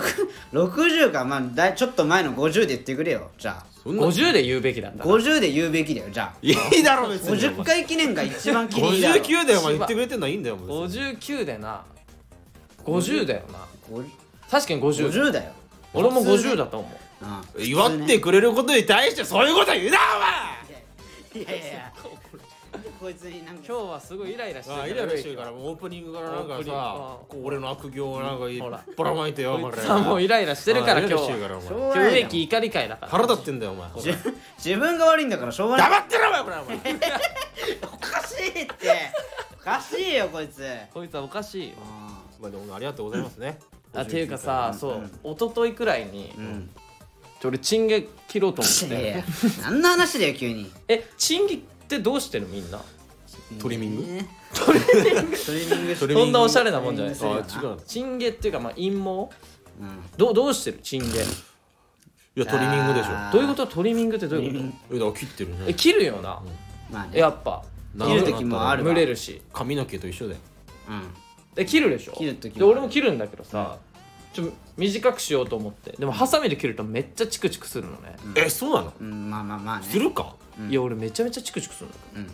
[SPEAKER 1] 60かまあだいちょっと前の50で言ってくれよじゃあ
[SPEAKER 3] そんな。
[SPEAKER 2] 50で言うべきだったな
[SPEAKER 1] 50で言うべきだよじゃあ
[SPEAKER 3] いいだろ、別に。
[SPEAKER 1] 50回記念が一番キリだろ
[SPEAKER 3] 59だよ、お前言ってくれてんのはいいんだよ、もう。
[SPEAKER 2] 59でな50だよな
[SPEAKER 1] 50
[SPEAKER 2] 確かに 50,
[SPEAKER 1] 50だよ、
[SPEAKER 2] 俺も50だと思う
[SPEAKER 1] うん、
[SPEAKER 3] 祝ってくれることに対して、そういうこと言
[SPEAKER 1] い
[SPEAKER 3] うな、
[SPEAKER 1] やいやいやこいつになんか
[SPEAKER 2] 今日はすごいイライラし
[SPEAKER 3] お
[SPEAKER 2] てる
[SPEAKER 3] 前。あ、イライラしてるから、もうオープニングからなんかさ、こう俺の悪行をなんかいっぱらまいてよ、お前。
[SPEAKER 2] さあもうイライラしてるから今日
[SPEAKER 3] イライラしてる
[SPEAKER 2] は
[SPEAKER 3] からお前
[SPEAKER 1] しょうが
[SPEAKER 2] 今
[SPEAKER 1] ない
[SPEAKER 2] 日
[SPEAKER 1] じゃ
[SPEAKER 2] 植
[SPEAKER 1] ん
[SPEAKER 2] 木怒り会だから
[SPEAKER 3] 腹立ってんだよ、お前。
[SPEAKER 1] じ自分が悪いんだからしょうがない
[SPEAKER 3] 黙ってろ、お前、これ、お前。
[SPEAKER 1] おかしいっておかしいよこいつ
[SPEAKER 2] こいつはおかしいよ
[SPEAKER 1] あ
[SPEAKER 3] まあ、でもありがとうございますね。
[SPEAKER 2] あていうかさそう一昨日くらいに
[SPEAKER 1] ん
[SPEAKER 2] ちょ俺チンゲ切ろうと思っ
[SPEAKER 1] いやい
[SPEAKER 2] て
[SPEAKER 1] や何の話だよ急に
[SPEAKER 2] えチンゲってどうしてるみんな
[SPEAKER 3] トリミング
[SPEAKER 1] ね
[SPEAKER 2] トリミング
[SPEAKER 1] トリミングし
[SPEAKER 3] トリミング
[SPEAKER 2] そんなおしゃれなもんじゃないです
[SPEAKER 1] トリミン
[SPEAKER 2] か
[SPEAKER 1] グ
[SPEAKER 3] あ違う
[SPEAKER 2] チンゲっていうかまあ陰謀
[SPEAKER 1] うん
[SPEAKER 2] どうどうしてるチンゲ
[SPEAKER 3] いやトリミングでしょ
[SPEAKER 1] あー
[SPEAKER 2] どういうことトリミングってどういうこ
[SPEAKER 3] えだから切ってる
[SPEAKER 2] とえ
[SPEAKER 3] ね
[SPEAKER 2] 切るよな
[SPEAKER 1] まあね
[SPEAKER 2] やっぱ
[SPEAKER 1] 切る時もあるわ
[SPEAKER 2] 蒸れるし
[SPEAKER 3] 髪の毛と一緒だよ
[SPEAKER 1] うん
[SPEAKER 2] で切るでしょ
[SPEAKER 1] 切る時もあ
[SPEAKER 2] で
[SPEAKER 1] る
[SPEAKER 2] 俺も切るんだけどさちょ短くしようと思ってでもハサミで切るとめっちゃチクチクするのね、
[SPEAKER 3] えそうなの
[SPEAKER 1] うんまあまあまあね
[SPEAKER 3] するか
[SPEAKER 2] いや俺めちゃめちゃチクチクするの、
[SPEAKER 1] うん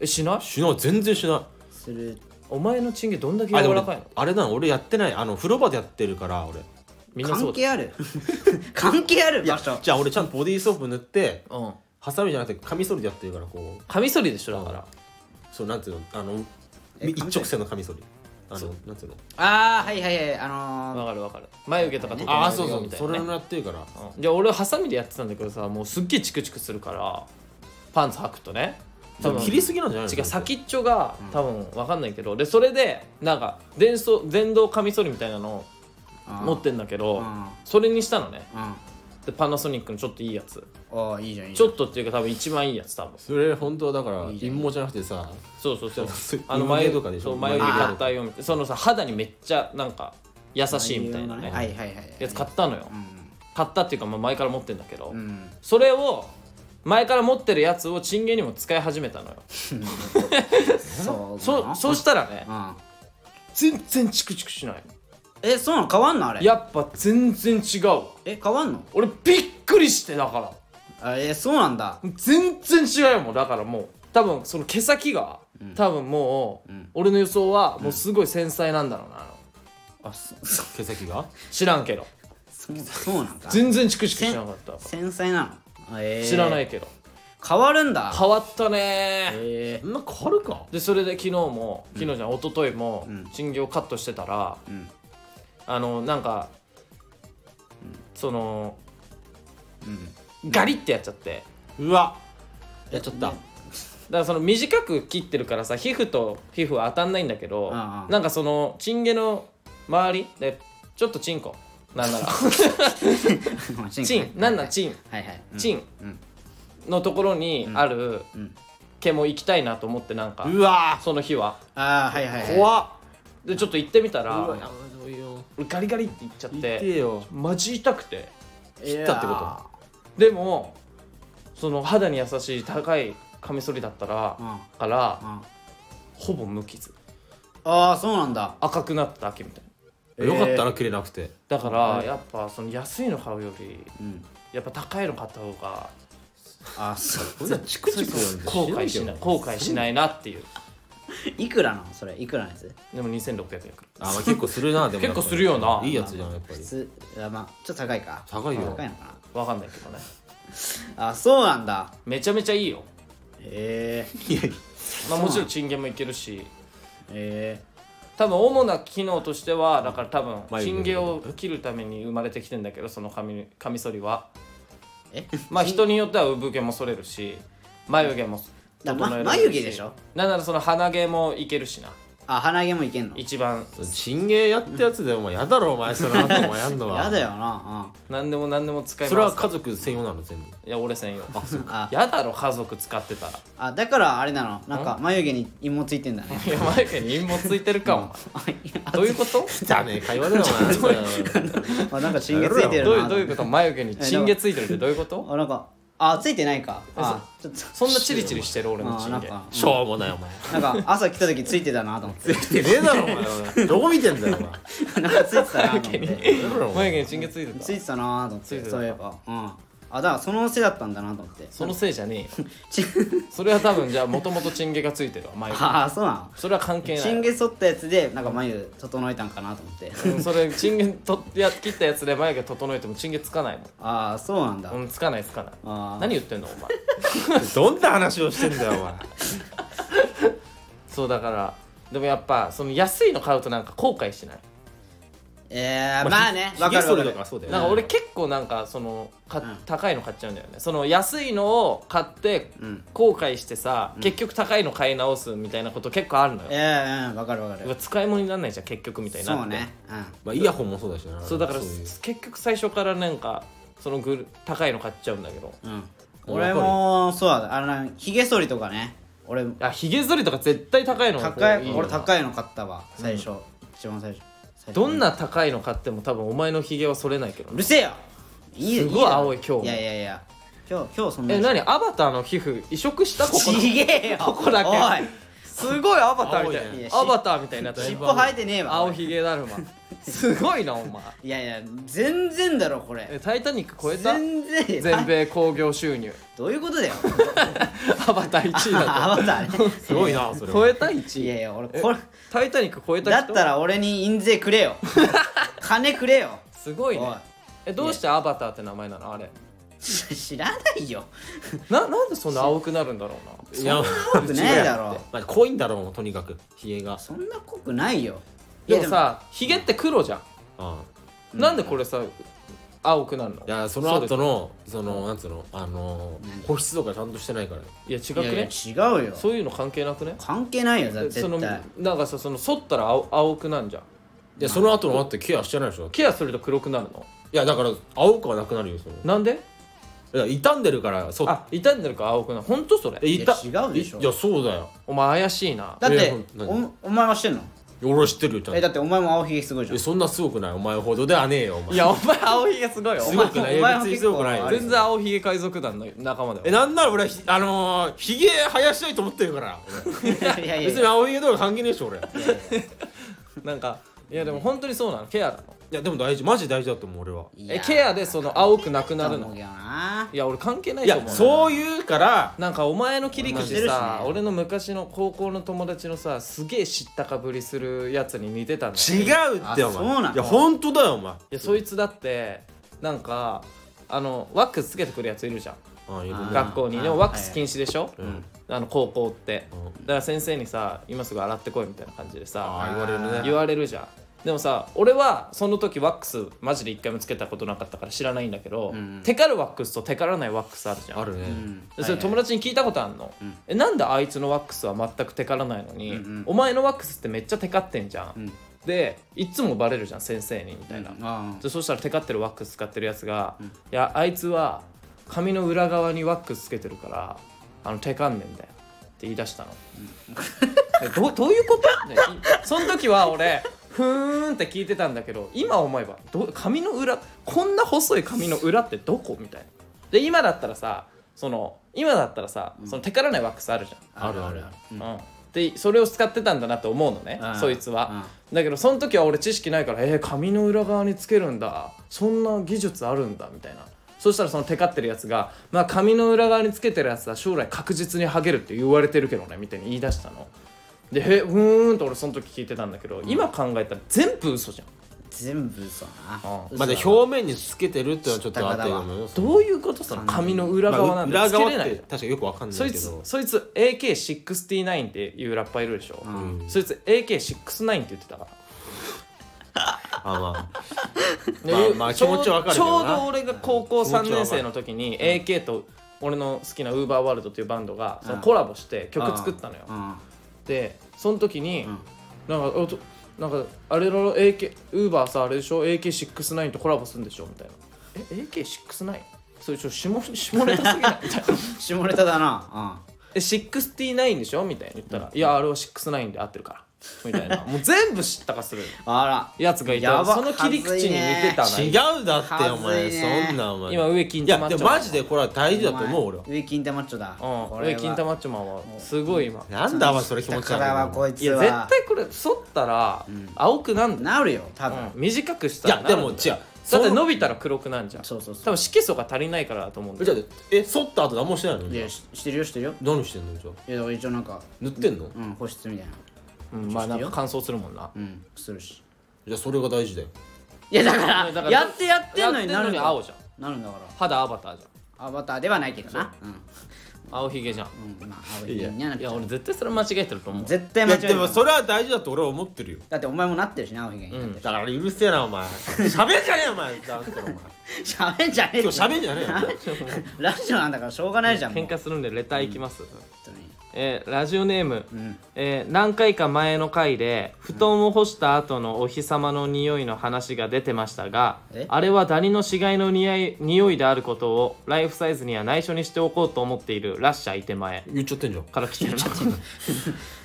[SPEAKER 2] えしない
[SPEAKER 3] しない全然しない
[SPEAKER 1] する
[SPEAKER 2] お前のチンゲどんだけ
[SPEAKER 3] あ
[SPEAKER 2] 柔
[SPEAKER 3] でも
[SPEAKER 2] らかいの
[SPEAKER 3] 俺あれなの俺やってないあの風呂場でやってるから俺
[SPEAKER 2] みんなそ
[SPEAKER 1] 関
[SPEAKER 2] うだ
[SPEAKER 1] 係ある 関係ある場所
[SPEAKER 3] じゃあ俺ちゃんとボディーソープ塗って
[SPEAKER 2] うん
[SPEAKER 3] ハサミじゃなくてカミソリでやってるからこう
[SPEAKER 2] カミソリでしょだから
[SPEAKER 3] そうなんていうのあの
[SPEAKER 1] え
[SPEAKER 3] 一直線のカミソリあ
[SPEAKER 2] そ
[SPEAKER 3] のなんていうの
[SPEAKER 1] ああはいはいはいあの
[SPEAKER 2] わかるわかる眉毛とか整える
[SPEAKER 3] ああそう
[SPEAKER 2] よ
[SPEAKER 3] そう
[SPEAKER 2] みたい
[SPEAKER 3] そ
[SPEAKER 2] な
[SPEAKER 3] れ
[SPEAKER 2] ね
[SPEAKER 3] もやってるから
[SPEAKER 2] うんじゃあ俺ハサミでやってたんだけどさもうすっげえチクチクするからパンツ履くとね多分
[SPEAKER 3] 切りすぎなんじゃないの
[SPEAKER 2] 違う先っちょが多分わかんないけどでそれでなんか電装電動カミソリみたいなの
[SPEAKER 1] ー
[SPEAKER 2] 持ってんだけ
[SPEAKER 1] う
[SPEAKER 2] ど
[SPEAKER 1] ん
[SPEAKER 2] それにしたのね
[SPEAKER 1] うん
[SPEAKER 2] でパナソニックのちょっといいやつ
[SPEAKER 1] ああいいじゃんいい
[SPEAKER 2] ち
[SPEAKER 1] じゃ
[SPEAKER 2] ょ
[SPEAKER 1] ん
[SPEAKER 2] っとっていうか多分一番いいやつ多分
[SPEAKER 3] それ本当はだから
[SPEAKER 1] いいじゃ
[SPEAKER 3] 陰
[SPEAKER 1] ん
[SPEAKER 3] 謀じゃなくてさ
[SPEAKER 2] そうそうそう
[SPEAKER 3] そう
[SPEAKER 2] あの眉
[SPEAKER 3] 眉毛とかでしょ
[SPEAKER 2] そう眉毛
[SPEAKER 1] 眉毛
[SPEAKER 2] 硬いよみたいなそのさ肌にめっちゃなんか優しいみたいなね、
[SPEAKER 1] はいはいはい
[SPEAKER 2] やつ買ったのよ、買ったっていうか、まあ、前から持ってんだけど、
[SPEAKER 1] うんうん
[SPEAKER 2] それを前から持ってるやつをチンゲにも使い始めたのよ
[SPEAKER 1] そう
[SPEAKER 2] そそううしたらね
[SPEAKER 1] ん
[SPEAKER 2] 全然チクチクしない
[SPEAKER 1] えそうなの変わんのあれ
[SPEAKER 2] やっぱ全然違うわ
[SPEAKER 1] え変わんの
[SPEAKER 2] 俺びっくりしてだから
[SPEAKER 1] あえそうなんだ
[SPEAKER 2] 全然違うよもうだからもう多分その毛先が多分もう、俺の予想はもうすごい繊細なんだろうな、あの
[SPEAKER 1] あそそ
[SPEAKER 3] 毛先が
[SPEAKER 2] 知らんけど
[SPEAKER 1] そうそうなんだ
[SPEAKER 2] 全然チクチクしなかった
[SPEAKER 1] 繊細なのあえー
[SPEAKER 2] 知らないけど
[SPEAKER 1] 変わるんだ
[SPEAKER 2] 変わったねー
[SPEAKER 1] え
[SPEAKER 3] そ んな変わるか
[SPEAKER 2] でそれで昨日も昨日じゃん、一昨日も
[SPEAKER 1] うん
[SPEAKER 2] チンゲをカットしてたら、
[SPEAKER 1] ん
[SPEAKER 2] あのなんか、その
[SPEAKER 1] ーうん
[SPEAKER 2] ガリってやっちゃって
[SPEAKER 3] うわやっちゃった
[SPEAKER 2] だからその短く切ってるからさ皮膚と皮膚は当たんないんだけど、
[SPEAKER 1] うんうん
[SPEAKER 2] なんかそのチンゲの周りでちょっとチンコな んなら
[SPEAKER 1] チ
[SPEAKER 2] チンなんなん
[SPEAKER 1] ン
[SPEAKER 2] チン
[SPEAKER 1] はいはいうん
[SPEAKER 2] チン
[SPEAKER 1] うん
[SPEAKER 2] のところにある
[SPEAKER 1] うん
[SPEAKER 2] 毛も行きたいなと思ってなんか、
[SPEAKER 3] うわ
[SPEAKER 2] その日は
[SPEAKER 1] ああはいはいはい
[SPEAKER 3] 怖っ
[SPEAKER 2] でちょっと行ってみた
[SPEAKER 3] うわや
[SPEAKER 2] ら
[SPEAKER 3] ばいよ
[SPEAKER 2] ガリガリって行っちゃっ
[SPEAKER 3] 痛
[SPEAKER 2] て
[SPEAKER 3] えよ
[SPEAKER 2] マジ痛くて。
[SPEAKER 1] 切
[SPEAKER 3] ったってこと
[SPEAKER 2] でもその肌に優しい高いカミソリだったら、
[SPEAKER 1] うんうん
[SPEAKER 2] から
[SPEAKER 1] あ
[SPEAKER 2] ほぼ無傷
[SPEAKER 1] あそうなんだ
[SPEAKER 2] 赤くなっただけみたいな
[SPEAKER 1] えー
[SPEAKER 3] よかったな切れなくて
[SPEAKER 2] だから、やっぱその安いの買うより
[SPEAKER 1] うん
[SPEAKER 2] やっぱ高いの買った方が
[SPEAKER 1] あそう
[SPEAKER 3] こんなチクチクなんて
[SPEAKER 2] 後悔しない
[SPEAKER 3] けど
[SPEAKER 2] 後悔しないなっていう
[SPEAKER 1] いくらなのそれいくらのやつ
[SPEAKER 2] でも2600円くらい
[SPEAKER 3] あまあ結構する なでもやっぱ
[SPEAKER 2] 結構
[SPEAKER 3] り
[SPEAKER 2] するよない
[SPEAKER 3] いやつじゃんやっぱり
[SPEAKER 1] 普通あまあちょっと高いか
[SPEAKER 3] 高いよ
[SPEAKER 1] 高いのか
[SPEAKER 2] わかんないけどね
[SPEAKER 1] なあそうなんだ
[SPEAKER 2] めちゃめちゃいいよ、
[SPEAKER 1] へえ
[SPEAKER 2] まあ、もちろんチンゲンもいけるし
[SPEAKER 1] え
[SPEAKER 2] 多分主な機能としてはだから多分
[SPEAKER 3] 眉毛
[SPEAKER 2] チンゲを切るために生まれてきてんだけどそのカミカミソリは
[SPEAKER 1] え
[SPEAKER 2] まあ人によっては産毛も剃れるし眉毛も
[SPEAKER 1] だ
[SPEAKER 2] 整えられ
[SPEAKER 1] ま
[SPEAKER 2] るし
[SPEAKER 1] 眉毛でしょ
[SPEAKER 2] なんならその鼻毛もいけるしな
[SPEAKER 1] あ鼻毛もいけんの
[SPEAKER 2] 一番
[SPEAKER 3] チンゲーやったやつでお前やだろお前それなんかお 前やんのは
[SPEAKER 1] やだよな
[SPEAKER 2] 何でも何でも使います
[SPEAKER 3] それは家族専用なの全部
[SPEAKER 2] いや俺専
[SPEAKER 1] う
[SPEAKER 2] 用
[SPEAKER 1] んあ
[SPEAKER 2] やだろ家族使ってたら
[SPEAKER 1] あだからあれなのなんか眉毛に芋ついてんだ ね
[SPEAKER 2] いや眉毛に陰謀ついてるかもどういうこと
[SPEAKER 3] ダメ会話だよお前
[SPEAKER 1] あなんかチンゲついてるな
[SPEAKER 2] どういうどういうこと眉毛にチンゲついてるってどういうこと
[SPEAKER 1] あなんかあついてないかあちょっと
[SPEAKER 2] そんなチリチリしてる俺の
[SPEAKER 1] あ
[SPEAKER 2] チ
[SPEAKER 1] な
[SPEAKER 2] ン
[SPEAKER 1] ん
[SPEAKER 2] ゲ
[SPEAKER 1] か
[SPEAKER 3] しょうもないお前
[SPEAKER 1] なんか朝来た時ついてたなと思 って
[SPEAKER 3] ついてねえだろお前どこ見てんだよお
[SPEAKER 1] な
[SPEAKER 3] 前
[SPEAKER 1] んかついてたなと思って
[SPEAKER 3] やだろお 前
[SPEAKER 2] 眉毛にチンゲついて
[SPEAKER 1] つい
[SPEAKER 2] た
[SPEAKER 1] てたなと思っ
[SPEAKER 2] つ
[SPEAKER 1] て
[SPEAKER 2] いてた
[SPEAKER 1] そういえばうんあだからそのせいだったんだなと思 って
[SPEAKER 2] そのせいじゃねえよ
[SPEAKER 1] チン
[SPEAKER 2] それは多分じゃあもともとチンゲがついてるわ眉毛
[SPEAKER 1] ああそうなの
[SPEAKER 2] それは関係ない
[SPEAKER 1] チンゲ剃ったやつでなんか眉整えたんかなと思って
[SPEAKER 2] うんそれチンゲとや切ったやつで眉毛整えてもチンゲつかないもん
[SPEAKER 1] ああそうなんだ
[SPEAKER 2] うん、つかないつかない
[SPEAKER 1] あー
[SPEAKER 2] 何言ってんのお前
[SPEAKER 3] どんな話をしてんだよお前
[SPEAKER 2] そうだからでもやっぱその安いの買うとなんか後悔しない
[SPEAKER 1] えー、まあね
[SPEAKER 3] ひ
[SPEAKER 1] わか
[SPEAKER 3] ひげ
[SPEAKER 1] る
[SPEAKER 3] 剃
[SPEAKER 1] わ
[SPEAKER 3] り
[SPEAKER 1] かる
[SPEAKER 3] とかそうだよね
[SPEAKER 2] なんか俺結構なんかそのか、
[SPEAKER 1] ん
[SPEAKER 2] 高いの買っちゃうんだよねその安いのを買って
[SPEAKER 1] ん
[SPEAKER 2] 後悔してさ、結局高いの買い直すみたいなこと結構あるのよ
[SPEAKER 1] ええうんわかるわか
[SPEAKER 2] うわ
[SPEAKER 1] る
[SPEAKER 2] 使い物にならないじゃん結局みたいになって
[SPEAKER 1] そうねうん
[SPEAKER 3] まあイヤホンもそうだしな
[SPEAKER 2] そうだから
[SPEAKER 3] そういう
[SPEAKER 2] 結局最初からなんかそのグル高いの買っちゃうんだけど
[SPEAKER 1] うん俺もそうだあのひげ剃りとかね俺
[SPEAKER 2] あひげ剃りとか絶対高いのがこう
[SPEAKER 1] 高い
[SPEAKER 2] よな
[SPEAKER 1] 俺高いの買ったわ最初、一番最初最初
[SPEAKER 2] どんな高いの買っても多分お前のひげは剃れないけど
[SPEAKER 1] うるせえよいよ
[SPEAKER 2] すごい
[SPEAKER 1] よ
[SPEAKER 2] 青い今
[SPEAKER 1] い
[SPEAKER 2] 日
[SPEAKER 1] やいやいや今日今日そんな
[SPEAKER 2] え何アバターの皮膚移植したここ
[SPEAKER 1] ちげえよ
[SPEAKER 2] ここだけ
[SPEAKER 1] おい
[SPEAKER 2] すごいアバターみた
[SPEAKER 3] 青
[SPEAKER 2] い
[SPEAKER 1] いね
[SPEAKER 2] なアバターみたいになった
[SPEAKER 1] 尻尾生えてねえわ
[SPEAKER 2] 青ひげだるますごいなお前
[SPEAKER 1] いやいや全然だろこ
[SPEAKER 2] え
[SPEAKER 1] れ
[SPEAKER 2] タイタニック超えた
[SPEAKER 1] 全然
[SPEAKER 2] 全米興行収入
[SPEAKER 1] どういうことだよ
[SPEAKER 2] アバター1位
[SPEAKER 1] ア
[SPEAKER 2] だ
[SPEAKER 1] バタ ーね
[SPEAKER 3] すごいなそ
[SPEAKER 2] と
[SPEAKER 3] れ
[SPEAKER 2] 超
[SPEAKER 3] は
[SPEAKER 2] えた1
[SPEAKER 1] いや
[SPEAKER 2] 位
[SPEAKER 1] いや俺これ
[SPEAKER 2] タイタニック超えた
[SPEAKER 1] だ
[SPEAKER 2] 人
[SPEAKER 1] ったら俺に印税くれ よ金くれよ
[SPEAKER 2] すごいね
[SPEAKER 1] おい
[SPEAKER 2] えどうしてアバターって名前なのあれ
[SPEAKER 1] 知らないよ
[SPEAKER 2] ななんでそんな青くなるんだろうない
[SPEAKER 3] や
[SPEAKER 1] 濃くないだろ
[SPEAKER 3] まあ濃いんだろうもうとにかくひげが
[SPEAKER 1] そんな濃くないよい
[SPEAKER 2] で
[SPEAKER 1] や
[SPEAKER 2] も
[SPEAKER 1] でも
[SPEAKER 2] さひげって黒じゃん、
[SPEAKER 3] うん
[SPEAKER 2] なんでこれさ青くなるの
[SPEAKER 3] いやその後のそのなんつうのあのー保湿とかちゃんとしてないから
[SPEAKER 2] いや違く
[SPEAKER 1] いやいや
[SPEAKER 2] ね
[SPEAKER 1] 違うよ
[SPEAKER 2] そういうの関係なくね
[SPEAKER 1] 関係ないよだ
[SPEAKER 2] そ
[SPEAKER 1] 絶
[SPEAKER 2] の
[SPEAKER 1] 対
[SPEAKER 2] なんかさその剃ったら青青くなんじゃん
[SPEAKER 3] いやその後のだってケアしてないでしょ
[SPEAKER 2] ケアすると黒くなるの
[SPEAKER 3] いやだから青くはなくなるよその
[SPEAKER 2] なんで
[SPEAKER 3] いや傷んでるからそう
[SPEAKER 2] あ傷んでるから青くなるほんとそれ
[SPEAKER 3] えいた
[SPEAKER 1] いや違うでしょ
[SPEAKER 3] いやそうだよ
[SPEAKER 2] お前怪しいな
[SPEAKER 1] だっ
[SPEAKER 3] いや
[SPEAKER 1] て
[SPEAKER 3] いや何
[SPEAKER 1] おお前はしてんの
[SPEAKER 3] 俺は知ってるよちゃ
[SPEAKER 1] え
[SPEAKER 3] んと
[SPEAKER 1] だってお前も青ひげすごいじゃ
[SPEAKER 3] え
[SPEAKER 1] ん
[SPEAKER 3] そんなすごくないお前ほどではねえよお前
[SPEAKER 2] いやお前青ひげすごいよお
[SPEAKER 3] すご
[SPEAKER 2] 前
[SPEAKER 3] くないい
[SPEAKER 1] お前
[SPEAKER 3] や
[SPEAKER 1] は
[SPEAKER 3] 別にすごくない
[SPEAKER 1] 結構あ
[SPEAKER 3] よ
[SPEAKER 1] れ
[SPEAKER 2] 全然青ひげ海賊団の仲間だよ
[SPEAKER 3] えなんなら俺はひあのーひげ生やしたいと思ってるから俺
[SPEAKER 1] い やいやいや
[SPEAKER 3] 別に青ひげとか関係ねえし俺い
[SPEAKER 2] なんかいやでも本当にそうなのケアなの
[SPEAKER 3] やでも大事マジ大事だと思う俺はい
[SPEAKER 1] や
[SPEAKER 2] えケアでその青くなくな
[SPEAKER 1] だと
[SPEAKER 2] る
[SPEAKER 1] 思う
[SPEAKER 2] の
[SPEAKER 1] けどない
[SPEAKER 2] や俺関係ない
[SPEAKER 3] い
[SPEAKER 2] と思
[SPEAKER 3] や
[SPEAKER 2] うな
[SPEAKER 3] そう言うから
[SPEAKER 2] なんかお前の切り
[SPEAKER 1] 同じ
[SPEAKER 2] 口
[SPEAKER 1] です
[SPEAKER 2] さ、
[SPEAKER 1] ね
[SPEAKER 2] 俺の昔の高校の友達のさすげえ知ったかぶりするやつに似てたんだよ
[SPEAKER 3] 違うって
[SPEAKER 1] あ
[SPEAKER 3] お
[SPEAKER 1] そう
[SPEAKER 3] 前
[SPEAKER 1] なの
[SPEAKER 3] いや本当だよお前
[SPEAKER 2] いやそいつだってなんかあのワックスつけてくるやついるじゃん
[SPEAKER 3] あいるね
[SPEAKER 1] あー
[SPEAKER 2] 学校にでもワックス禁止でしょ、
[SPEAKER 3] うん
[SPEAKER 2] あの高校って、
[SPEAKER 3] うん
[SPEAKER 2] だから先生にさ今すぐ洗ってこいみたいな感じで
[SPEAKER 3] あー
[SPEAKER 2] さ
[SPEAKER 3] 言われるね
[SPEAKER 2] 言われるじゃんでもさ俺はその時ワックスマジで一回もつけたことなかったから知らないんだけど、
[SPEAKER 1] ん
[SPEAKER 2] テカるワックスとテカらないワックスあるじゃん
[SPEAKER 3] ある
[SPEAKER 1] う
[SPEAKER 3] ね、
[SPEAKER 1] ん
[SPEAKER 2] でそれ友達に聞いたことあんの、
[SPEAKER 1] ん
[SPEAKER 2] えなんであいつのワックスは全くテカらないのに、
[SPEAKER 1] うんうん
[SPEAKER 2] お前のワックスってめっちゃテカってんじゃん、
[SPEAKER 1] うん
[SPEAKER 2] でいっつもバレるじゃん先生にみたいな、
[SPEAKER 1] あ
[SPEAKER 2] でそしたらテカってるワックス使ってるやつが、いやあいつは髪の裏側にワックスつけてるからあのテカんねんだよって言い出したの、 えどうどういうこと、ね、いその時は俺ふーんって聞いてたんだけど今思えばどう髪の裏こんな細い髪の裏ってどこみたいなで今だったらさその今だったらさ、そのテカらないワックスあるじゃん
[SPEAKER 1] あ
[SPEAKER 3] あるあるある
[SPEAKER 2] うん、でそれを使ってたんだなと思うのね
[SPEAKER 1] うん
[SPEAKER 2] そいつは、だけどその時は俺知識ないから「えー、髪の裏側につけるんだそんな技術あるんだ」みたいなそしたらそのテカってるやつが「まあ髪の裏側につけてるやつは将来確実にハゲるって言われてるけどね」みたいに言い出したので「えー、うーん」と俺その時聞いてたんだけど、今考えたら全部嘘じゃん
[SPEAKER 1] 全部嘘な
[SPEAKER 2] うん
[SPEAKER 1] 嘘
[SPEAKER 3] ま
[SPEAKER 1] だ
[SPEAKER 3] あ、で表面につけてるってのはちょっとあったよ
[SPEAKER 2] どういうことその髪の裏側なんて
[SPEAKER 3] まあ
[SPEAKER 2] つけ
[SPEAKER 3] 裏
[SPEAKER 2] れな
[SPEAKER 3] 側っ
[SPEAKER 2] いじゃ
[SPEAKER 3] て
[SPEAKER 2] ん
[SPEAKER 3] 確かによくわかんな
[SPEAKER 2] そ
[SPEAKER 3] い
[SPEAKER 2] い
[SPEAKER 3] けど
[SPEAKER 2] つそいつ AK69 っていうラッパーいるでしょ、
[SPEAKER 1] ん
[SPEAKER 2] そいつ AK69 って言ってたから
[SPEAKER 3] あまあ
[SPEAKER 2] で
[SPEAKER 3] まあまあ
[SPEAKER 2] ちょう
[SPEAKER 3] 気持ちわかるけ
[SPEAKER 2] ちょ
[SPEAKER 3] ど
[SPEAKER 2] う
[SPEAKER 3] な
[SPEAKER 2] ど俺が高校
[SPEAKER 3] 気持ちわ
[SPEAKER 2] 3
[SPEAKER 3] かる
[SPEAKER 2] 年生の時に AK と俺の好きな UberWorld というバンドがその
[SPEAKER 1] うん
[SPEAKER 2] コラボして曲作ったのよ
[SPEAKER 1] うん
[SPEAKER 2] でその時になんかおとなんかあれだろ AK Uber さあれでしょ AK69 とコラボするんでしょみたいなえ AK69? それちょ下下ネタすぎ ないみたいな
[SPEAKER 1] 下ネタだな
[SPEAKER 2] え69でしょみたいに言ったら、いやあれは69で合ってるからみたいなもう全部知ったかする
[SPEAKER 1] うんあら
[SPEAKER 2] やつが いて
[SPEAKER 1] やば
[SPEAKER 2] その切り口に似てた
[SPEAKER 1] は
[SPEAKER 2] な
[SPEAKER 3] 違うだってお
[SPEAKER 1] は
[SPEAKER 3] 前
[SPEAKER 1] ずいね
[SPEAKER 3] そんなお前
[SPEAKER 2] 今上金
[SPEAKER 3] い
[SPEAKER 2] 玉
[SPEAKER 3] や
[SPEAKER 2] っち
[SPEAKER 3] で
[SPEAKER 2] ょ
[SPEAKER 3] もマジでこれは大事だと思う俺は
[SPEAKER 1] お前上金玉マッチョだ
[SPEAKER 2] うん、俺金玉マッチョマンはすごい今
[SPEAKER 3] なんだわそれ気持
[SPEAKER 1] だ
[SPEAKER 3] ち
[SPEAKER 1] か
[SPEAKER 3] 悪い
[SPEAKER 1] らはこい
[SPEAKER 2] い
[SPEAKER 1] つ
[SPEAKER 2] や絶
[SPEAKER 1] は
[SPEAKER 2] 対これ剃ったら青くなんだよ、
[SPEAKER 1] なるよ多分
[SPEAKER 2] うん短くした
[SPEAKER 3] い
[SPEAKER 2] ら
[SPEAKER 3] や
[SPEAKER 2] なる
[SPEAKER 3] で
[SPEAKER 2] んだ
[SPEAKER 3] も
[SPEAKER 2] よ
[SPEAKER 3] 違う
[SPEAKER 2] だって
[SPEAKER 3] その
[SPEAKER 2] 伸びたら黒くなんじゃん
[SPEAKER 1] そうそうそう
[SPEAKER 2] 多分色素が足りないからだと思うんだ
[SPEAKER 3] じゃ
[SPEAKER 2] よ
[SPEAKER 3] あえ剃った後何もしてないの
[SPEAKER 1] いやししてるよしてるよ
[SPEAKER 3] 何してんのじゃあ
[SPEAKER 1] いやだから一応なんか
[SPEAKER 3] 塗ってんの
[SPEAKER 1] うん保湿みたいな
[SPEAKER 2] うん、まあなんか乾燥するもんな
[SPEAKER 1] うんするし
[SPEAKER 3] じゃあそれが大事だよ
[SPEAKER 1] いやだか
[SPEAKER 2] いやだからら
[SPEAKER 1] やってやってんのになるんだ
[SPEAKER 2] やってん青じゃん
[SPEAKER 1] なるんだか
[SPEAKER 2] 肌アバターじゃ
[SPEAKER 1] らアバターではないけどなうん
[SPEAKER 2] 青ひげじゃん
[SPEAKER 1] んまあ青いにゃなん
[SPEAKER 2] いや
[SPEAKER 1] て
[SPEAKER 2] 俺絶対それ間違えてると思う
[SPEAKER 1] 絶対
[SPEAKER 3] い
[SPEAKER 1] 間違
[SPEAKER 3] や
[SPEAKER 1] えて
[SPEAKER 3] でも
[SPEAKER 1] る
[SPEAKER 3] それは大事だと俺は思ってるよ
[SPEAKER 1] だってお前もなってるしな青ひげになってる
[SPEAKER 3] だからうるせえなお 前喋んじゃねえよお前だってお 前
[SPEAKER 1] 喋んじゃねえよ
[SPEAKER 3] 今日喋んじゃねえよ
[SPEAKER 1] ラジオなんだからしょうがないじゃんもう
[SPEAKER 2] 喧嘩するんでレターいきます、
[SPEAKER 1] 本当に
[SPEAKER 2] えーラジオネーム、
[SPEAKER 1] うん
[SPEAKER 2] えー何回か前の回で布団を干した後のお日様の匂いの話が出てましたが
[SPEAKER 1] え
[SPEAKER 2] あれはダニの死骸の匂い匂いであることをライフサイズには内緒にしておこうと思っているラッシャーいて前
[SPEAKER 3] 言っちゃってんじゃん
[SPEAKER 2] から来てる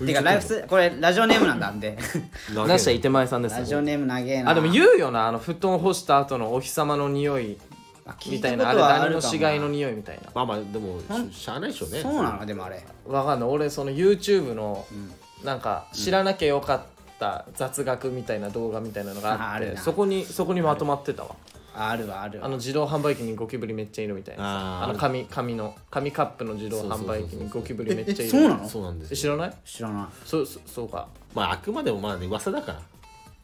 [SPEAKER 1] てかライフスこれラジオネームなんだんで
[SPEAKER 2] ラッシャーいて前さんです
[SPEAKER 1] ラジオネーム長えな
[SPEAKER 2] あでも言うよなあの布団干した後のお日様の匂い
[SPEAKER 1] あ聞
[SPEAKER 2] み
[SPEAKER 1] た
[SPEAKER 2] たい
[SPEAKER 1] こと
[SPEAKER 2] な
[SPEAKER 1] は
[SPEAKER 2] あれダニ
[SPEAKER 1] る
[SPEAKER 2] の
[SPEAKER 1] かも
[SPEAKER 2] 死骸の匂いみたいな
[SPEAKER 3] まあまあでもししゃあないでしょうね
[SPEAKER 1] そうなのでもあれ
[SPEAKER 2] わかんない俺その YouTube のなんか知らなきゃよかった雑学みたいな動画みたいなのがあっ
[SPEAKER 1] ああ
[SPEAKER 2] て
[SPEAKER 1] るな
[SPEAKER 2] そこにそこにまとまってたわ
[SPEAKER 1] ああるわあるわ
[SPEAKER 2] あの自動販売機にゴキブリめっちゃいるみたいな
[SPEAKER 3] あ
[SPEAKER 2] さ
[SPEAKER 3] ー
[SPEAKER 2] あの紙紙の紙カップの自動販売機にゴキブリめっちゃいる
[SPEAKER 1] そうなの
[SPEAKER 3] そうなんです
[SPEAKER 2] え
[SPEAKER 3] よ
[SPEAKER 2] 知らない
[SPEAKER 1] 知らない
[SPEAKER 2] そそそうか
[SPEAKER 3] まああくまでもまあね噂だから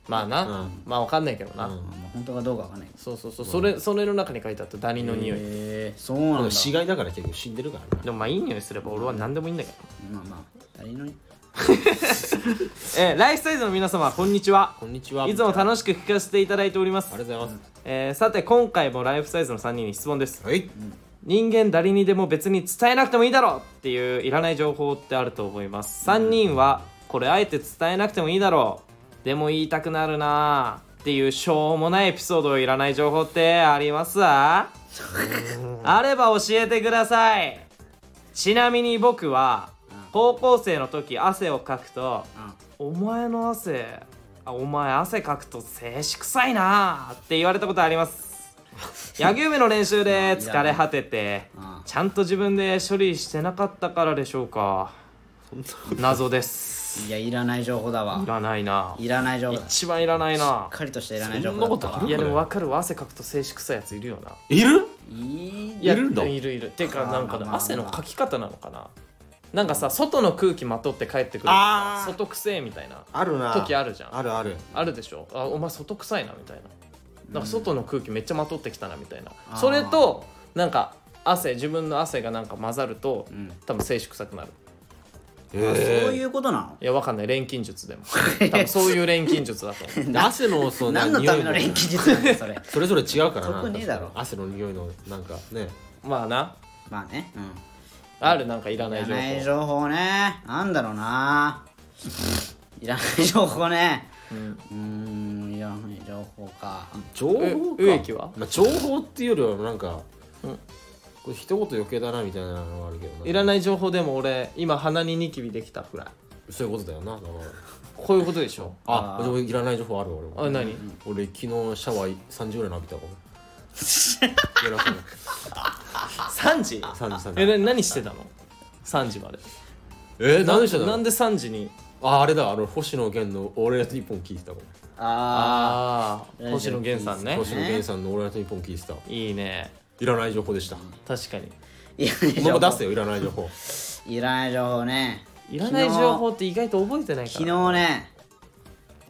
[SPEAKER 2] まあな、
[SPEAKER 3] うん
[SPEAKER 2] まあわかんないけどな、
[SPEAKER 3] うん
[SPEAKER 1] まあ本当かどうかわかんない
[SPEAKER 2] そうそうそうそれそれの中に書いてあったダニの匂い、
[SPEAKER 1] えー、そうなんだ
[SPEAKER 3] 死骸だから結構死んでるからな
[SPEAKER 2] でもまあいい匂いすれば俺は何でもいいんだけど、
[SPEAKER 1] まあまあ誰の
[SPEAKER 2] えーライフサイズの皆様こんにちは
[SPEAKER 3] こんにちはい
[SPEAKER 2] つも楽しく聞かせていただいております
[SPEAKER 3] ありがとうございま
[SPEAKER 2] えーさて今回もライフサイズの3人に質問です
[SPEAKER 3] すはい
[SPEAKER 2] 人間誰にでも別に伝えなくてもいいだろうっていういらない情報ってあると思います3人はこれあえて伝えなくてもいいだろうでも言いたくなるなあっていうしょうもないエピソードいらない情報ってありますわあれば教えてくださいちなみに僕は高校生の時汗をかくと
[SPEAKER 1] あ
[SPEAKER 2] お前の汗あお前汗かくと静止臭いなあって言われたことあります 野球部の練習で疲れ果てて
[SPEAKER 1] あ
[SPEAKER 2] ちゃんと自分で処理してなかったからでしょうか謎です
[SPEAKER 1] いやいらない情報だわ
[SPEAKER 2] いらないない
[SPEAKER 1] らない情報だし
[SPEAKER 2] 一番いらないな
[SPEAKER 1] っかりとしたいらない情報だった
[SPEAKER 3] そんなことあ
[SPEAKER 1] わ
[SPEAKER 2] いやでも分かるわ汗かくと静止臭いやついるよない
[SPEAKER 3] る
[SPEAKER 1] いい
[SPEAKER 2] いや
[SPEAKER 3] いるんだ
[SPEAKER 2] いるいるてかなんか
[SPEAKER 1] あーまあまあまあ
[SPEAKER 2] 汗のかき方なのかななんかさ外の空気まとって帰ってくるとか
[SPEAKER 4] あー
[SPEAKER 2] 外臭いみたいな
[SPEAKER 4] あるな
[SPEAKER 2] 時あるじゃん
[SPEAKER 4] あるある
[SPEAKER 2] あるでしょあお前外臭いなみたいななんか外の空気めっちゃまとってきたなみたいな、
[SPEAKER 1] あー
[SPEAKER 2] それとなんか汗自分の汗がなんか混ざると、
[SPEAKER 1] ん
[SPEAKER 2] 多分精子臭くな
[SPEAKER 1] あ
[SPEAKER 2] る
[SPEAKER 1] そう
[SPEAKER 3] え
[SPEAKER 1] いうことなの
[SPEAKER 2] いやわかんない錬金術でも多分そういう錬金術だと思う
[SPEAKER 3] 汗のそう
[SPEAKER 1] 何のための錬金術なんだよそれ
[SPEAKER 3] それぞれ違うからな
[SPEAKER 1] そこねえだろ
[SPEAKER 3] 確かに汗の匂いのなんかね
[SPEAKER 2] まあな
[SPEAKER 1] まあねうん
[SPEAKER 2] あるなんかいら
[SPEAKER 1] い
[SPEAKER 2] な
[SPEAKER 1] ら
[SPEAKER 2] い情報
[SPEAKER 1] ない情報ねなんだろうないらない情報ねうーんいらない情報か
[SPEAKER 3] 情報か
[SPEAKER 2] え植木は
[SPEAKER 3] まあ、情報っていうよりはなんか、これ一言余計だなみたいなのはあるけど
[SPEAKER 2] いらない情報でも俺今鼻にニキビできたくらい
[SPEAKER 3] そういうことだよなだから
[SPEAKER 2] こういうことでしょ
[SPEAKER 3] あでもいらない情報あるわ俺も
[SPEAKER 2] あ何
[SPEAKER 3] 俺昨日シャワー30ぐらい浴び たわ夜中の
[SPEAKER 2] 3時
[SPEAKER 3] 3時3時
[SPEAKER 2] えな何してたの3時まで
[SPEAKER 3] え何してた
[SPEAKER 2] な
[SPEAKER 3] の
[SPEAKER 2] んで3時に
[SPEAKER 3] ああれだあの星野源の「オールナイトニッポン」聞いてたもん
[SPEAKER 1] あ
[SPEAKER 2] ああー星野源さんね
[SPEAKER 3] 星野源さんの「オールナイトニッポン」聞いてた
[SPEAKER 2] いいね
[SPEAKER 3] いらない情報でした
[SPEAKER 2] 確かに
[SPEAKER 1] ーいらない
[SPEAKER 3] も
[SPEAKER 1] 情報
[SPEAKER 3] う出せよいらない情報
[SPEAKER 1] いらない情報ね
[SPEAKER 2] いらない情報って意外と覚えてないか
[SPEAKER 1] 昨
[SPEAKER 2] ら
[SPEAKER 1] 日ね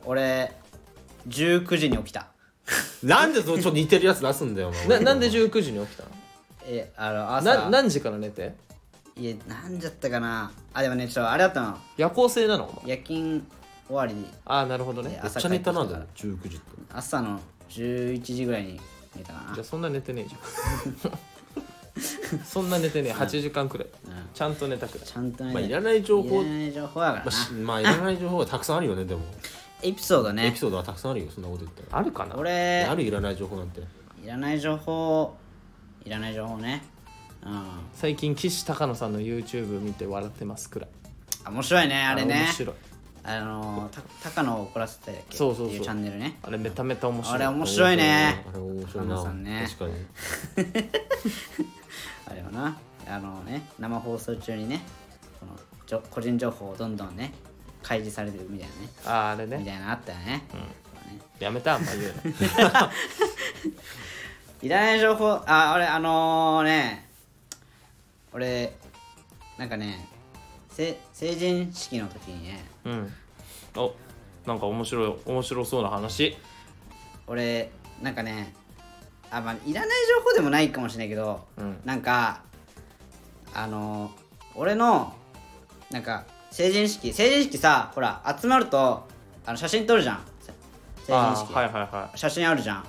[SPEAKER 1] 俺19時に起きた
[SPEAKER 3] なんでそちょっと似てるやつ出すんだよお前
[SPEAKER 2] ななんで19時に起きた
[SPEAKER 1] えあの
[SPEAKER 2] の
[SPEAKER 1] 朝
[SPEAKER 2] な何時から寝て
[SPEAKER 1] いやなんじゃったかなあでもねちょっとあれだったの
[SPEAKER 2] 夜行性なのお前
[SPEAKER 1] 夜勤終わりに
[SPEAKER 2] ああなるほどね
[SPEAKER 1] い
[SPEAKER 2] じ
[SPEAKER 1] や
[SPEAKER 2] ゃ
[SPEAKER 3] めっちゃ寝たなんだよ19時って
[SPEAKER 1] 朝の11時ぐらいに寝たかな
[SPEAKER 2] あそんな寝てねえじゃん そんな寝てねえ8時間くらいちゃんと寝たくらい
[SPEAKER 1] ちゃんとね、
[SPEAKER 3] まあいらない情報
[SPEAKER 1] いらない情報やから
[SPEAKER 3] まあ
[SPEAKER 1] な
[SPEAKER 3] し、まあいらない情報はたくさんあるよねでも
[SPEAKER 1] エピソード
[SPEAKER 3] エ
[SPEAKER 1] ね
[SPEAKER 3] ピソードはたくさんあるよそんなこと言ったら
[SPEAKER 2] あるかな
[SPEAKER 1] 俺
[SPEAKER 3] あるいらない情報なんて
[SPEAKER 1] いらない情報いらない情報ねうん
[SPEAKER 2] 最近岸高野さんの YouTube 見て笑ってますくらい
[SPEAKER 1] あ面白いねあれね
[SPEAKER 2] 面白い
[SPEAKER 1] あのーた高野を怒らせただっけ
[SPEAKER 2] そうそうそう
[SPEAKER 1] っていうチャンネルね
[SPEAKER 2] あれめためた面白
[SPEAKER 1] あ
[SPEAKER 2] い
[SPEAKER 1] れ面白いね
[SPEAKER 3] あれ面白いな
[SPEAKER 1] 神田さんね
[SPEAKER 3] 確かに
[SPEAKER 1] あれはなあのね生放送中にねこのじょ個人情報をどんどんね開示されてるみたいなね
[SPEAKER 2] あーあれ
[SPEAKER 1] み
[SPEAKER 2] ね
[SPEAKER 1] たいなのあったよね,、ね
[SPEAKER 2] やめたあんま言うの
[SPEAKER 1] いらない情報あ俺あのね俺なんかねせ成人式の時にね
[SPEAKER 2] うんおなんか面白い面白そうな話
[SPEAKER 1] 俺なんかねあまあいらない情報でもないかもしれないけど、
[SPEAKER 2] うん
[SPEAKER 1] なんかあの俺のなんか成人式成人式さほら集まるとあの写真撮るじゃんせ成人
[SPEAKER 2] あ
[SPEAKER 1] 式、
[SPEAKER 2] ーはいはいはい
[SPEAKER 1] 写真あるじゃん、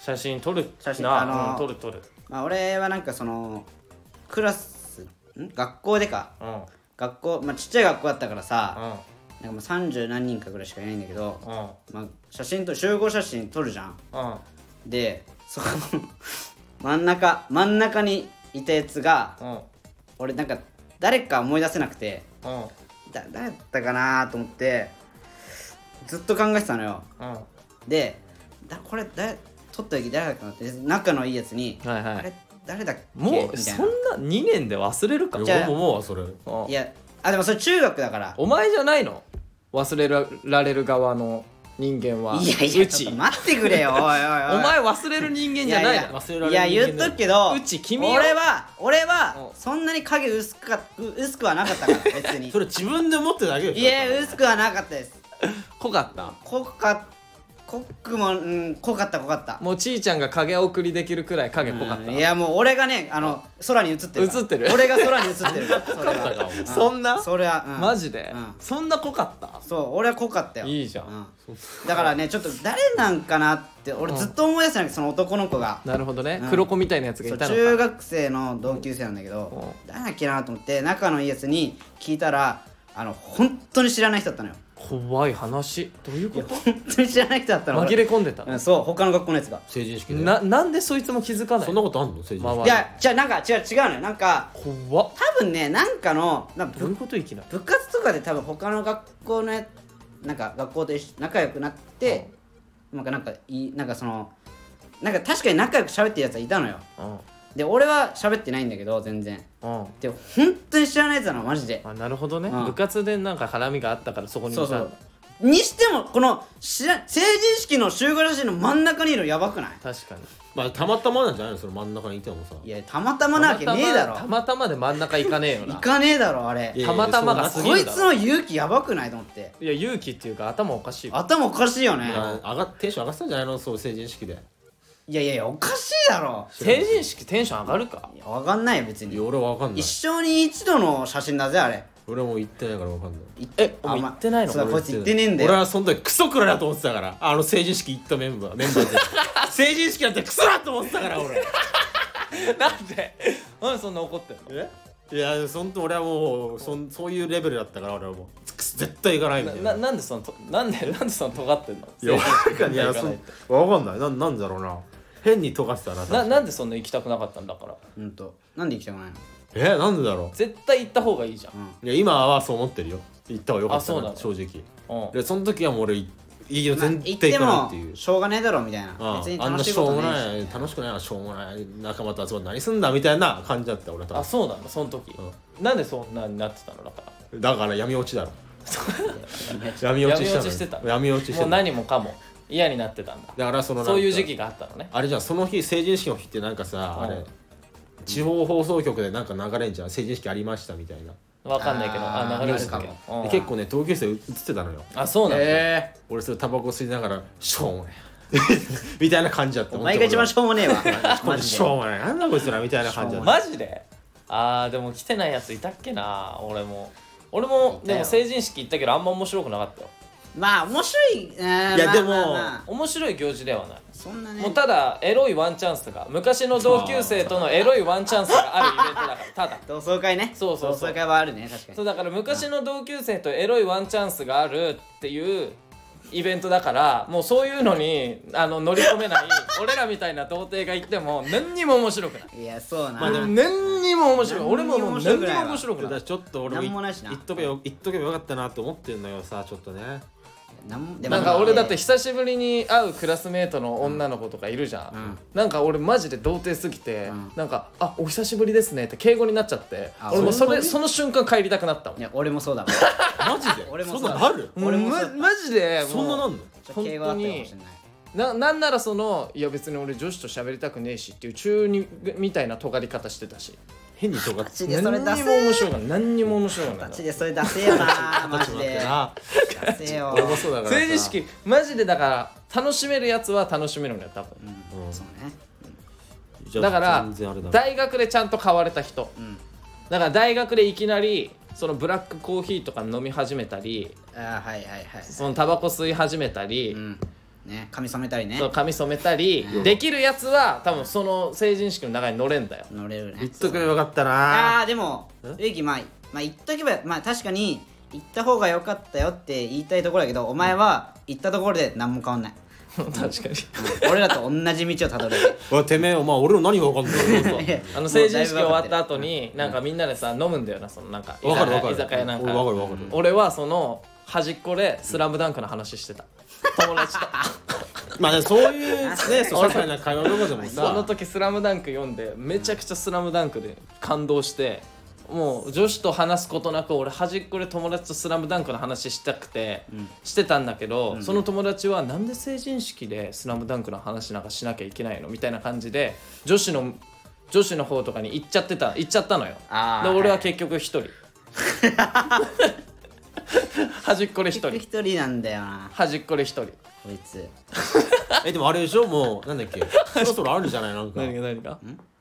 [SPEAKER 2] 写真撮る
[SPEAKER 1] 写真
[SPEAKER 2] な
[SPEAKER 1] あのー
[SPEAKER 2] うん撮る撮る
[SPEAKER 1] まあ、俺はなんかそのクラスん学校でか
[SPEAKER 2] うん
[SPEAKER 1] 学校、まあ、ちっちゃい学校だったから
[SPEAKER 4] う
[SPEAKER 1] さ
[SPEAKER 4] ん
[SPEAKER 1] なんかもう30何人かぐらいしかいないんだけど、
[SPEAKER 4] うん
[SPEAKER 1] まあ、写真と集合写真撮るじゃん
[SPEAKER 4] うん
[SPEAKER 1] でそこ 真ん中真ん中にいたやつが
[SPEAKER 4] うん
[SPEAKER 1] 俺なんか誰か思い出せなくて
[SPEAKER 4] うん
[SPEAKER 1] だ誰だったかなと思ってずっと考えてたのよ
[SPEAKER 4] うん
[SPEAKER 1] でだこれだ撮った時誰だっけなって仲のいいやつに「
[SPEAKER 2] はいはい
[SPEAKER 1] あれ誰だっけ?」
[SPEAKER 2] もう
[SPEAKER 1] みたい
[SPEAKER 2] そ
[SPEAKER 1] なん
[SPEAKER 2] な2年で忘れるか
[SPEAKER 3] い
[SPEAKER 1] じゃあ
[SPEAKER 3] や俺ももうそれ
[SPEAKER 2] うん
[SPEAKER 1] いやあでもそれ中学だから
[SPEAKER 2] お前じゃないの忘れられる側の人間はい
[SPEAKER 1] やいや
[SPEAKER 2] う
[SPEAKER 1] ち
[SPEAKER 2] ち
[SPEAKER 1] ょっと
[SPEAKER 2] お
[SPEAKER 1] 待ってくれよおいおいおい
[SPEAKER 2] 前忘れる人間じゃないの
[SPEAKER 3] 忘れられる
[SPEAKER 1] いやいや
[SPEAKER 3] 人
[SPEAKER 1] 言
[SPEAKER 3] 間
[SPEAKER 1] っ
[SPEAKER 3] だよ
[SPEAKER 1] とくけど
[SPEAKER 2] うち君よ
[SPEAKER 1] 俺は俺は
[SPEAKER 2] うん
[SPEAKER 1] そんなに影薄くかう薄くはなか ったから別に
[SPEAKER 3] それ自分で持ってるだけでしょ
[SPEAKER 1] いや薄くはなかったです
[SPEAKER 2] 濃かった
[SPEAKER 1] 濃かっ濃くもうん濃かった濃かった
[SPEAKER 2] もうちいちゃんが影送りできるくらい影濃かっ
[SPEAKER 1] うんいやもう俺がねあの空に映ってるから
[SPEAKER 2] 映ってる
[SPEAKER 1] 俺が空に映ってる からそれは
[SPEAKER 3] だからお前
[SPEAKER 2] たそんな
[SPEAKER 1] それは、うん
[SPEAKER 2] マジで
[SPEAKER 1] うん
[SPEAKER 2] そんな濃かった
[SPEAKER 1] そう俺は濃かったよ
[SPEAKER 2] いいじゃ
[SPEAKER 1] うん
[SPEAKER 2] ん
[SPEAKER 1] だからねちょっと誰なんかなって俺ずっと思い出せなくてその男の子が
[SPEAKER 2] なるほどね
[SPEAKER 1] うん
[SPEAKER 2] 黒子みたいなやつが
[SPEAKER 1] そ
[SPEAKER 2] いうたの
[SPEAKER 1] 中
[SPEAKER 2] か
[SPEAKER 1] 学生の同級生なんだけ
[SPEAKER 2] うん
[SPEAKER 1] ど誰だっけなと思って仲のいいやつに聞いたらあの本当に知らない人だったのよ
[SPEAKER 2] 怖い話どういうこと
[SPEAKER 1] 本当に知らない人だったの
[SPEAKER 2] 紛れ込んでた
[SPEAKER 1] うんそう他の学校のやつが
[SPEAKER 3] 成人式で
[SPEAKER 2] ななんでそいつも気づかない
[SPEAKER 3] そんなことあんの成人
[SPEAKER 2] まあま
[SPEAKER 3] 式
[SPEAKER 2] あ
[SPEAKER 1] いやじゃあなんか違う違うのよなんか
[SPEAKER 2] 怖っ
[SPEAKER 1] 多分ねなんかのなんか
[SPEAKER 2] どうい
[SPEAKER 1] 部
[SPEAKER 2] うこといきなり
[SPEAKER 1] 部活とかで多分他の学校のやなんか学校と一緒仲良くなってなんかなんかいいなんかそのなんか確かに仲良く喋ってるやつはいたのよ
[SPEAKER 2] うん
[SPEAKER 1] で俺は喋ってないんだけど全然
[SPEAKER 2] うん
[SPEAKER 1] で本当に知らないやつなのマジで
[SPEAKER 2] あなるほどね、
[SPEAKER 1] うん
[SPEAKER 2] 部活でなんか絡みがあったからそこにい
[SPEAKER 1] そ
[SPEAKER 2] た
[SPEAKER 1] うそうにしてもこの知ら成人式の集合写真の真ん中にいるのやばくない
[SPEAKER 2] 確かに
[SPEAKER 3] まあたまたまなんじゃないのその真ん中にいてもさ
[SPEAKER 1] いやたまたまなわけねえだろ
[SPEAKER 2] たまたまたまたまで真ん中行かねえよ
[SPEAKER 1] 行
[SPEAKER 2] な
[SPEAKER 1] かねえだろあれ
[SPEAKER 3] いや
[SPEAKER 2] たまたまが
[SPEAKER 3] そ
[SPEAKER 2] 過
[SPEAKER 3] う
[SPEAKER 2] ぎ
[SPEAKER 1] こい
[SPEAKER 2] るだ
[SPEAKER 1] つ
[SPEAKER 2] ろ
[SPEAKER 1] の勇気やばくないと思って
[SPEAKER 2] いや勇気っていうか頭おかしいわ
[SPEAKER 1] 頭おかしいよね
[SPEAKER 3] いや上がっテンション上がってたんじゃないのその成人式で
[SPEAKER 1] いやいやいやおかしいだろ
[SPEAKER 2] 成人式テンション上がるか
[SPEAKER 1] いやわかんないよ別
[SPEAKER 3] いや
[SPEAKER 1] に
[SPEAKER 3] 俺は分かんない
[SPEAKER 1] 一生に一度の写真だぜあれ
[SPEAKER 3] 俺も行ってないから分かんない
[SPEAKER 2] えお前
[SPEAKER 1] あま
[SPEAKER 2] 行ってないの
[SPEAKER 1] そうだこいつ行ってねえんだ
[SPEAKER 3] 俺
[SPEAKER 1] よ
[SPEAKER 3] はその時クソくらいだと思ってたからあの成人式行ったメンバーメンバーで成人式なんてクソだと思ってたから
[SPEAKER 2] な
[SPEAKER 3] 俺
[SPEAKER 2] んで なんでそんな怒ってんの
[SPEAKER 3] えいやそんと俺はもうそんそういうレベルだったから俺はもうくそ絶対行かないみたいな
[SPEAKER 2] ななんでそのとなんでなんでその尖ってんの
[SPEAKER 3] いや
[SPEAKER 2] 成人式
[SPEAKER 3] 分かんないいや
[SPEAKER 2] 行
[SPEAKER 3] そ
[SPEAKER 2] かないうって
[SPEAKER 3] 分かんないななんだろうな変に溶かしたな
[SPEAKER 2] ななんでそんな行きたくなかったんだから
[SPEAKER 1] うんとなんで行きたくないの
[SPEAKER 3] えなんでだろ
[SPEAKER 2] 絶対行った方がいいじゃん、
[SPEAKER 3] ういや今はそう思ってるよ行った方がよかっ
[SPEAKER 2] あ
[SPEAKER 3] た
[SPEAKER 2] そうな
[SPEAKER 3] な
[SPEAKER 2] の
[SPEAKER 3] 正直
[SPEAKER 2] うん
[SPEAKER 3] でその時はもう俺いいいよ
[SPEAKER 1] まあ行
[SPEAKER 3] 全然
[SPEAKER 1] って
[SPEAKER 3] 行かないっていう
[SPEAKER 1] もしょうがねえだろみたいな別に
[SPEAKER 3] うんあん
[SPEAKER 1] 楽
[SPEAKER 3] な
[SPEAKER 1] しい
[SPEAKER 3] し
[SPEAKER 1] こ
[SPEAKER 3] ょう
[SPEAKER 1] と
[SPEAKER 3] も
[SPEAKER 1] ね
[SPEAKER 3] な
[SPEAKER 1] え
[SPEAKER 3] い
[SPEAKER 1] し
[SPEAKER 3] 楽しくないなしょうもない仲間と集まって何すんだみたいな感じだった俺は多
[SPEAKER 2] あそうなのその時、なんでそんなになってたのだから
[SPEAKER 3] 分だから闇落ちだろ闇落ちし
[SPEAKER 2] 闇
[SPEAKER 3] たの
[SPEAKER 2] 落ちしてた
[SPEAKER 3] 闇落ちして
[SPEAKER 2] も
[SPEAKER 3] た
[SPEAKER 2] う
[SPEAKER 3] だ
[SPEAKER 2] 何もかも嫌になってたんだ
[SPEAKER 3] からそのなんか
[SPEAKER 2] そういう時期があったのね
[SPEAKER 3] あれじゃんその日成人式の日ってなんかさ
[SPEAKER 2] うん
[SPEAKER 3] あれ地方放送局でなんか流れんじゃん成人式ありましたみたいな
[SPEAKER 2] わかんないけどあ
[SPEAKER 1] あー
[SPEAKER 2] 流れるか
[SPEAKER 1] あるか
[SPEAKER 2] も
[SPEAKER 3] で結構ね同級生映ってたのよ
[SPEAKER 2] あそうなんだ、
[SPEAKER 3] ええ俺それタバコ吸いながらしょうもない みたいな感じだった
[SPEAKER 1] お前が一番しょうもねえわ
[SPEAKER 3] こ
[SPEAKER 1] マ
[SPEAKER 3] れ
[SPEAKER 1] ジ
[SPEAKER 3] し
[SPEAKER 1] で
[SPEAKER 3] ょうもないなんだこいつらみたいな感じだった
[SPEAKER 2] マジであーでも来てないやついたっけな俺も俺も
[SPEAKER 1] いたよ
[SPEAKER 2] でも成人式行ったけどあんま面白くなかったよ
[SPEAKER 1] まあ面白いい
[SPEAKER 3] いやでも
[SPEAKER 2] 面白い行事ではない
[SPEAKER 1] そんなね
[SPEAKER 2] もうただエロいワンチャンスが昔の同級生とのエロいワンチャンスがあるイベントだからただ
[SPEAKER 1] 同窓会ね
[SPEAKER 2] そうそうそう
[SPEAKER 1] 同窓会はあるね確かに
[SPEAKER 2] そうだから昔の同級生とエロいワンチャンスがあるっていうイベントだからもうそういうのにあの乗り込めない 俺らみたいな童貞が行っても何にも面白くない
[SPEAKER 1] いやそうな、
[SPEAKER 3] まあでも
[SPEAKER 2] 何にも面白い俺ももう
[SPEAKER 1] 何に
[SPEAKER 2] 何に
[SPEAKER 1] も
[SPEAKER 2] も
[SPEAKER 1] 面
[SPEAKER 2] 面
[SPEAKER 1] 白
[SPEAKER 2] 白
[SPEAKER 3] だ
[SPEAKER 2] く
[SPEAKER 3] か
[SPEAKER 2] な
[SPEAKER 3] ら
[SPEAKER 2] い
[SPEAKER 3] ちょっと俺も
[SPEAKER 1] なんもないしな
[SPEAKER 3] 言っとけよ言っとけばよかったなと思ってんのよさちょっとね
[SPEAKER 1] なんもでも
[SPEAKER 2] なんか俺だって久しぶりに会うクラスメートの女の子とかいるじゃん、
[SPEAKER 1] ん
[SPEAKER 2] なんか俺マジで童貞すぎて、
[SPEAKER 1] ん
[SPEAKER 2] なんか「あお久しぶりですね」って敬語になっちゃって
[SPEAKER 1] あ
[SPEAKER 2] 俺もうそ
[SPEAKER 1] 本
[SPEAKER 2] れその瞬間帰りたくなったもん
[SPEAKER 1] いや俺もそうだわ
[SPEAKER 3] マジで
[SPEAKER 1] 俺も
[SPEAKER 3] そんな
[SPEAKER 1] そ
[SPEAKER 3] なる
[SPEAKER 1] 俺もそう
[SPEAKER 2] まマジでもう
[SPEAKER 3] そんななん
[SPEAKER 1] ちょ
[SPEAKER 3] の
[SPEAKER 1] っと敬語あったかもしれない
[SPEAKER 2] ななんならそのいや別に俺女子と喋りたくねえしっていう中二みたいな尖り方してたし
[SPEAKER 3] 変にとがっ
[SPEAKER 1] マジ
[SPEAKER 3] て
[SPEAKER 1] でそれ出
[SPEAKER 2] 何にも
[SPEAKER 1] せ
[SPEAKER 2] 面白くない何にも面白くな
[SPEAKER 1] マ
[SPEAKER 2] い
[SPEAKER 1] ジでそれ出せよなマジで
[SPEAKER 3] な
[SPEAKER 1] 出せよ
[SPEAKER 3] 俺もそうだからさ
[SPEAKER 2] 成人式マジでだから楽しめるやつは楽しめるのよ多分
[SPEAKER 3] うん
[SPEAKER 1] そうね
[SPEAKER 3] じゃあ
[SPEAKER 2] だから
[SPEAKER 3] 全然あれだ
[SPEAKER 2] 大学でちゃんと買われた人
[SPEAKER 1] うん
[SPEAKER 2] だから大学でいきなりそのブラックコーヒーとか飲み始めたり
[SPEAKER 1] あーはいはいはい
[SPEAKER 2] そのタバコ吸い始めたり、
[SPEAKER 1] うんね髪染めたりね
[SPEAKER 2] その髪染めたり、できるやつは多 分その成人式の中に乗れんだよ
[SPEAKER 1] 乗れるね
[SPEAKER 3] 言っとけばよかったな
[SPEAKER 1] ああでも植木まあまあ言っとけばまあ確かに行った方が良かったよって言いたいところだけどお前は行ったところで何も変わんない
[SPEAKER 2] 確かに
[SPEAKER 1] 俺らと同じ道をたどれる
[SPEAKER 3] おいてめえお前俺の何が分かんないの
[SPEAKER 2] あの成人式終わった後
[SPEAKER 1] に
[SPEAKER 2] になんかみんなでさ飲むんだよなそのなんか居
[SPEAKER 3] わかるわ
[SPEAKER 2] 酒屋
[SPEAKER 3] かる
[SPEAKER 2] 居酒屋なんか
[SPEAKER 3] 俺わかるわかる
[SPEAKER 2] 俺はその端っこで「スラムダンクの話してた友達と
[SPEAKER 3] まあねそういう ねそう些細な会話とかでも
[SPEAKER 2] その
[SPEAKER 3] さ
[SPEAKER 2] 時「スラムダンク読んでめちゃくちゃ「スラムダンクで感動してもう女子と話すことなく俺端っこで友達と「スラムダンクの話したくて、してたんだけど、その友達はなんで成人式で「スラムダンクの話なんかしなきゃいけないのみたいな感じで女子の女子の方とかに行っちゃってた行っちゃったのよ
[SPEAKER 1] あー
[SPEAKER 2] で俺
[SPEAKER 1] は
[SPEAKER 2] はい結局一人端っこで一人
[SPEAKER 1] 一人なんだよな
[SPEAKER 2] 端っこで一人
[SPEAKER 1] こいつ
[SPEAKER 3] えでもあれでしょもうなんだっ けそろそろあるじゃないなんか
[SPEAKER 2] 何が何が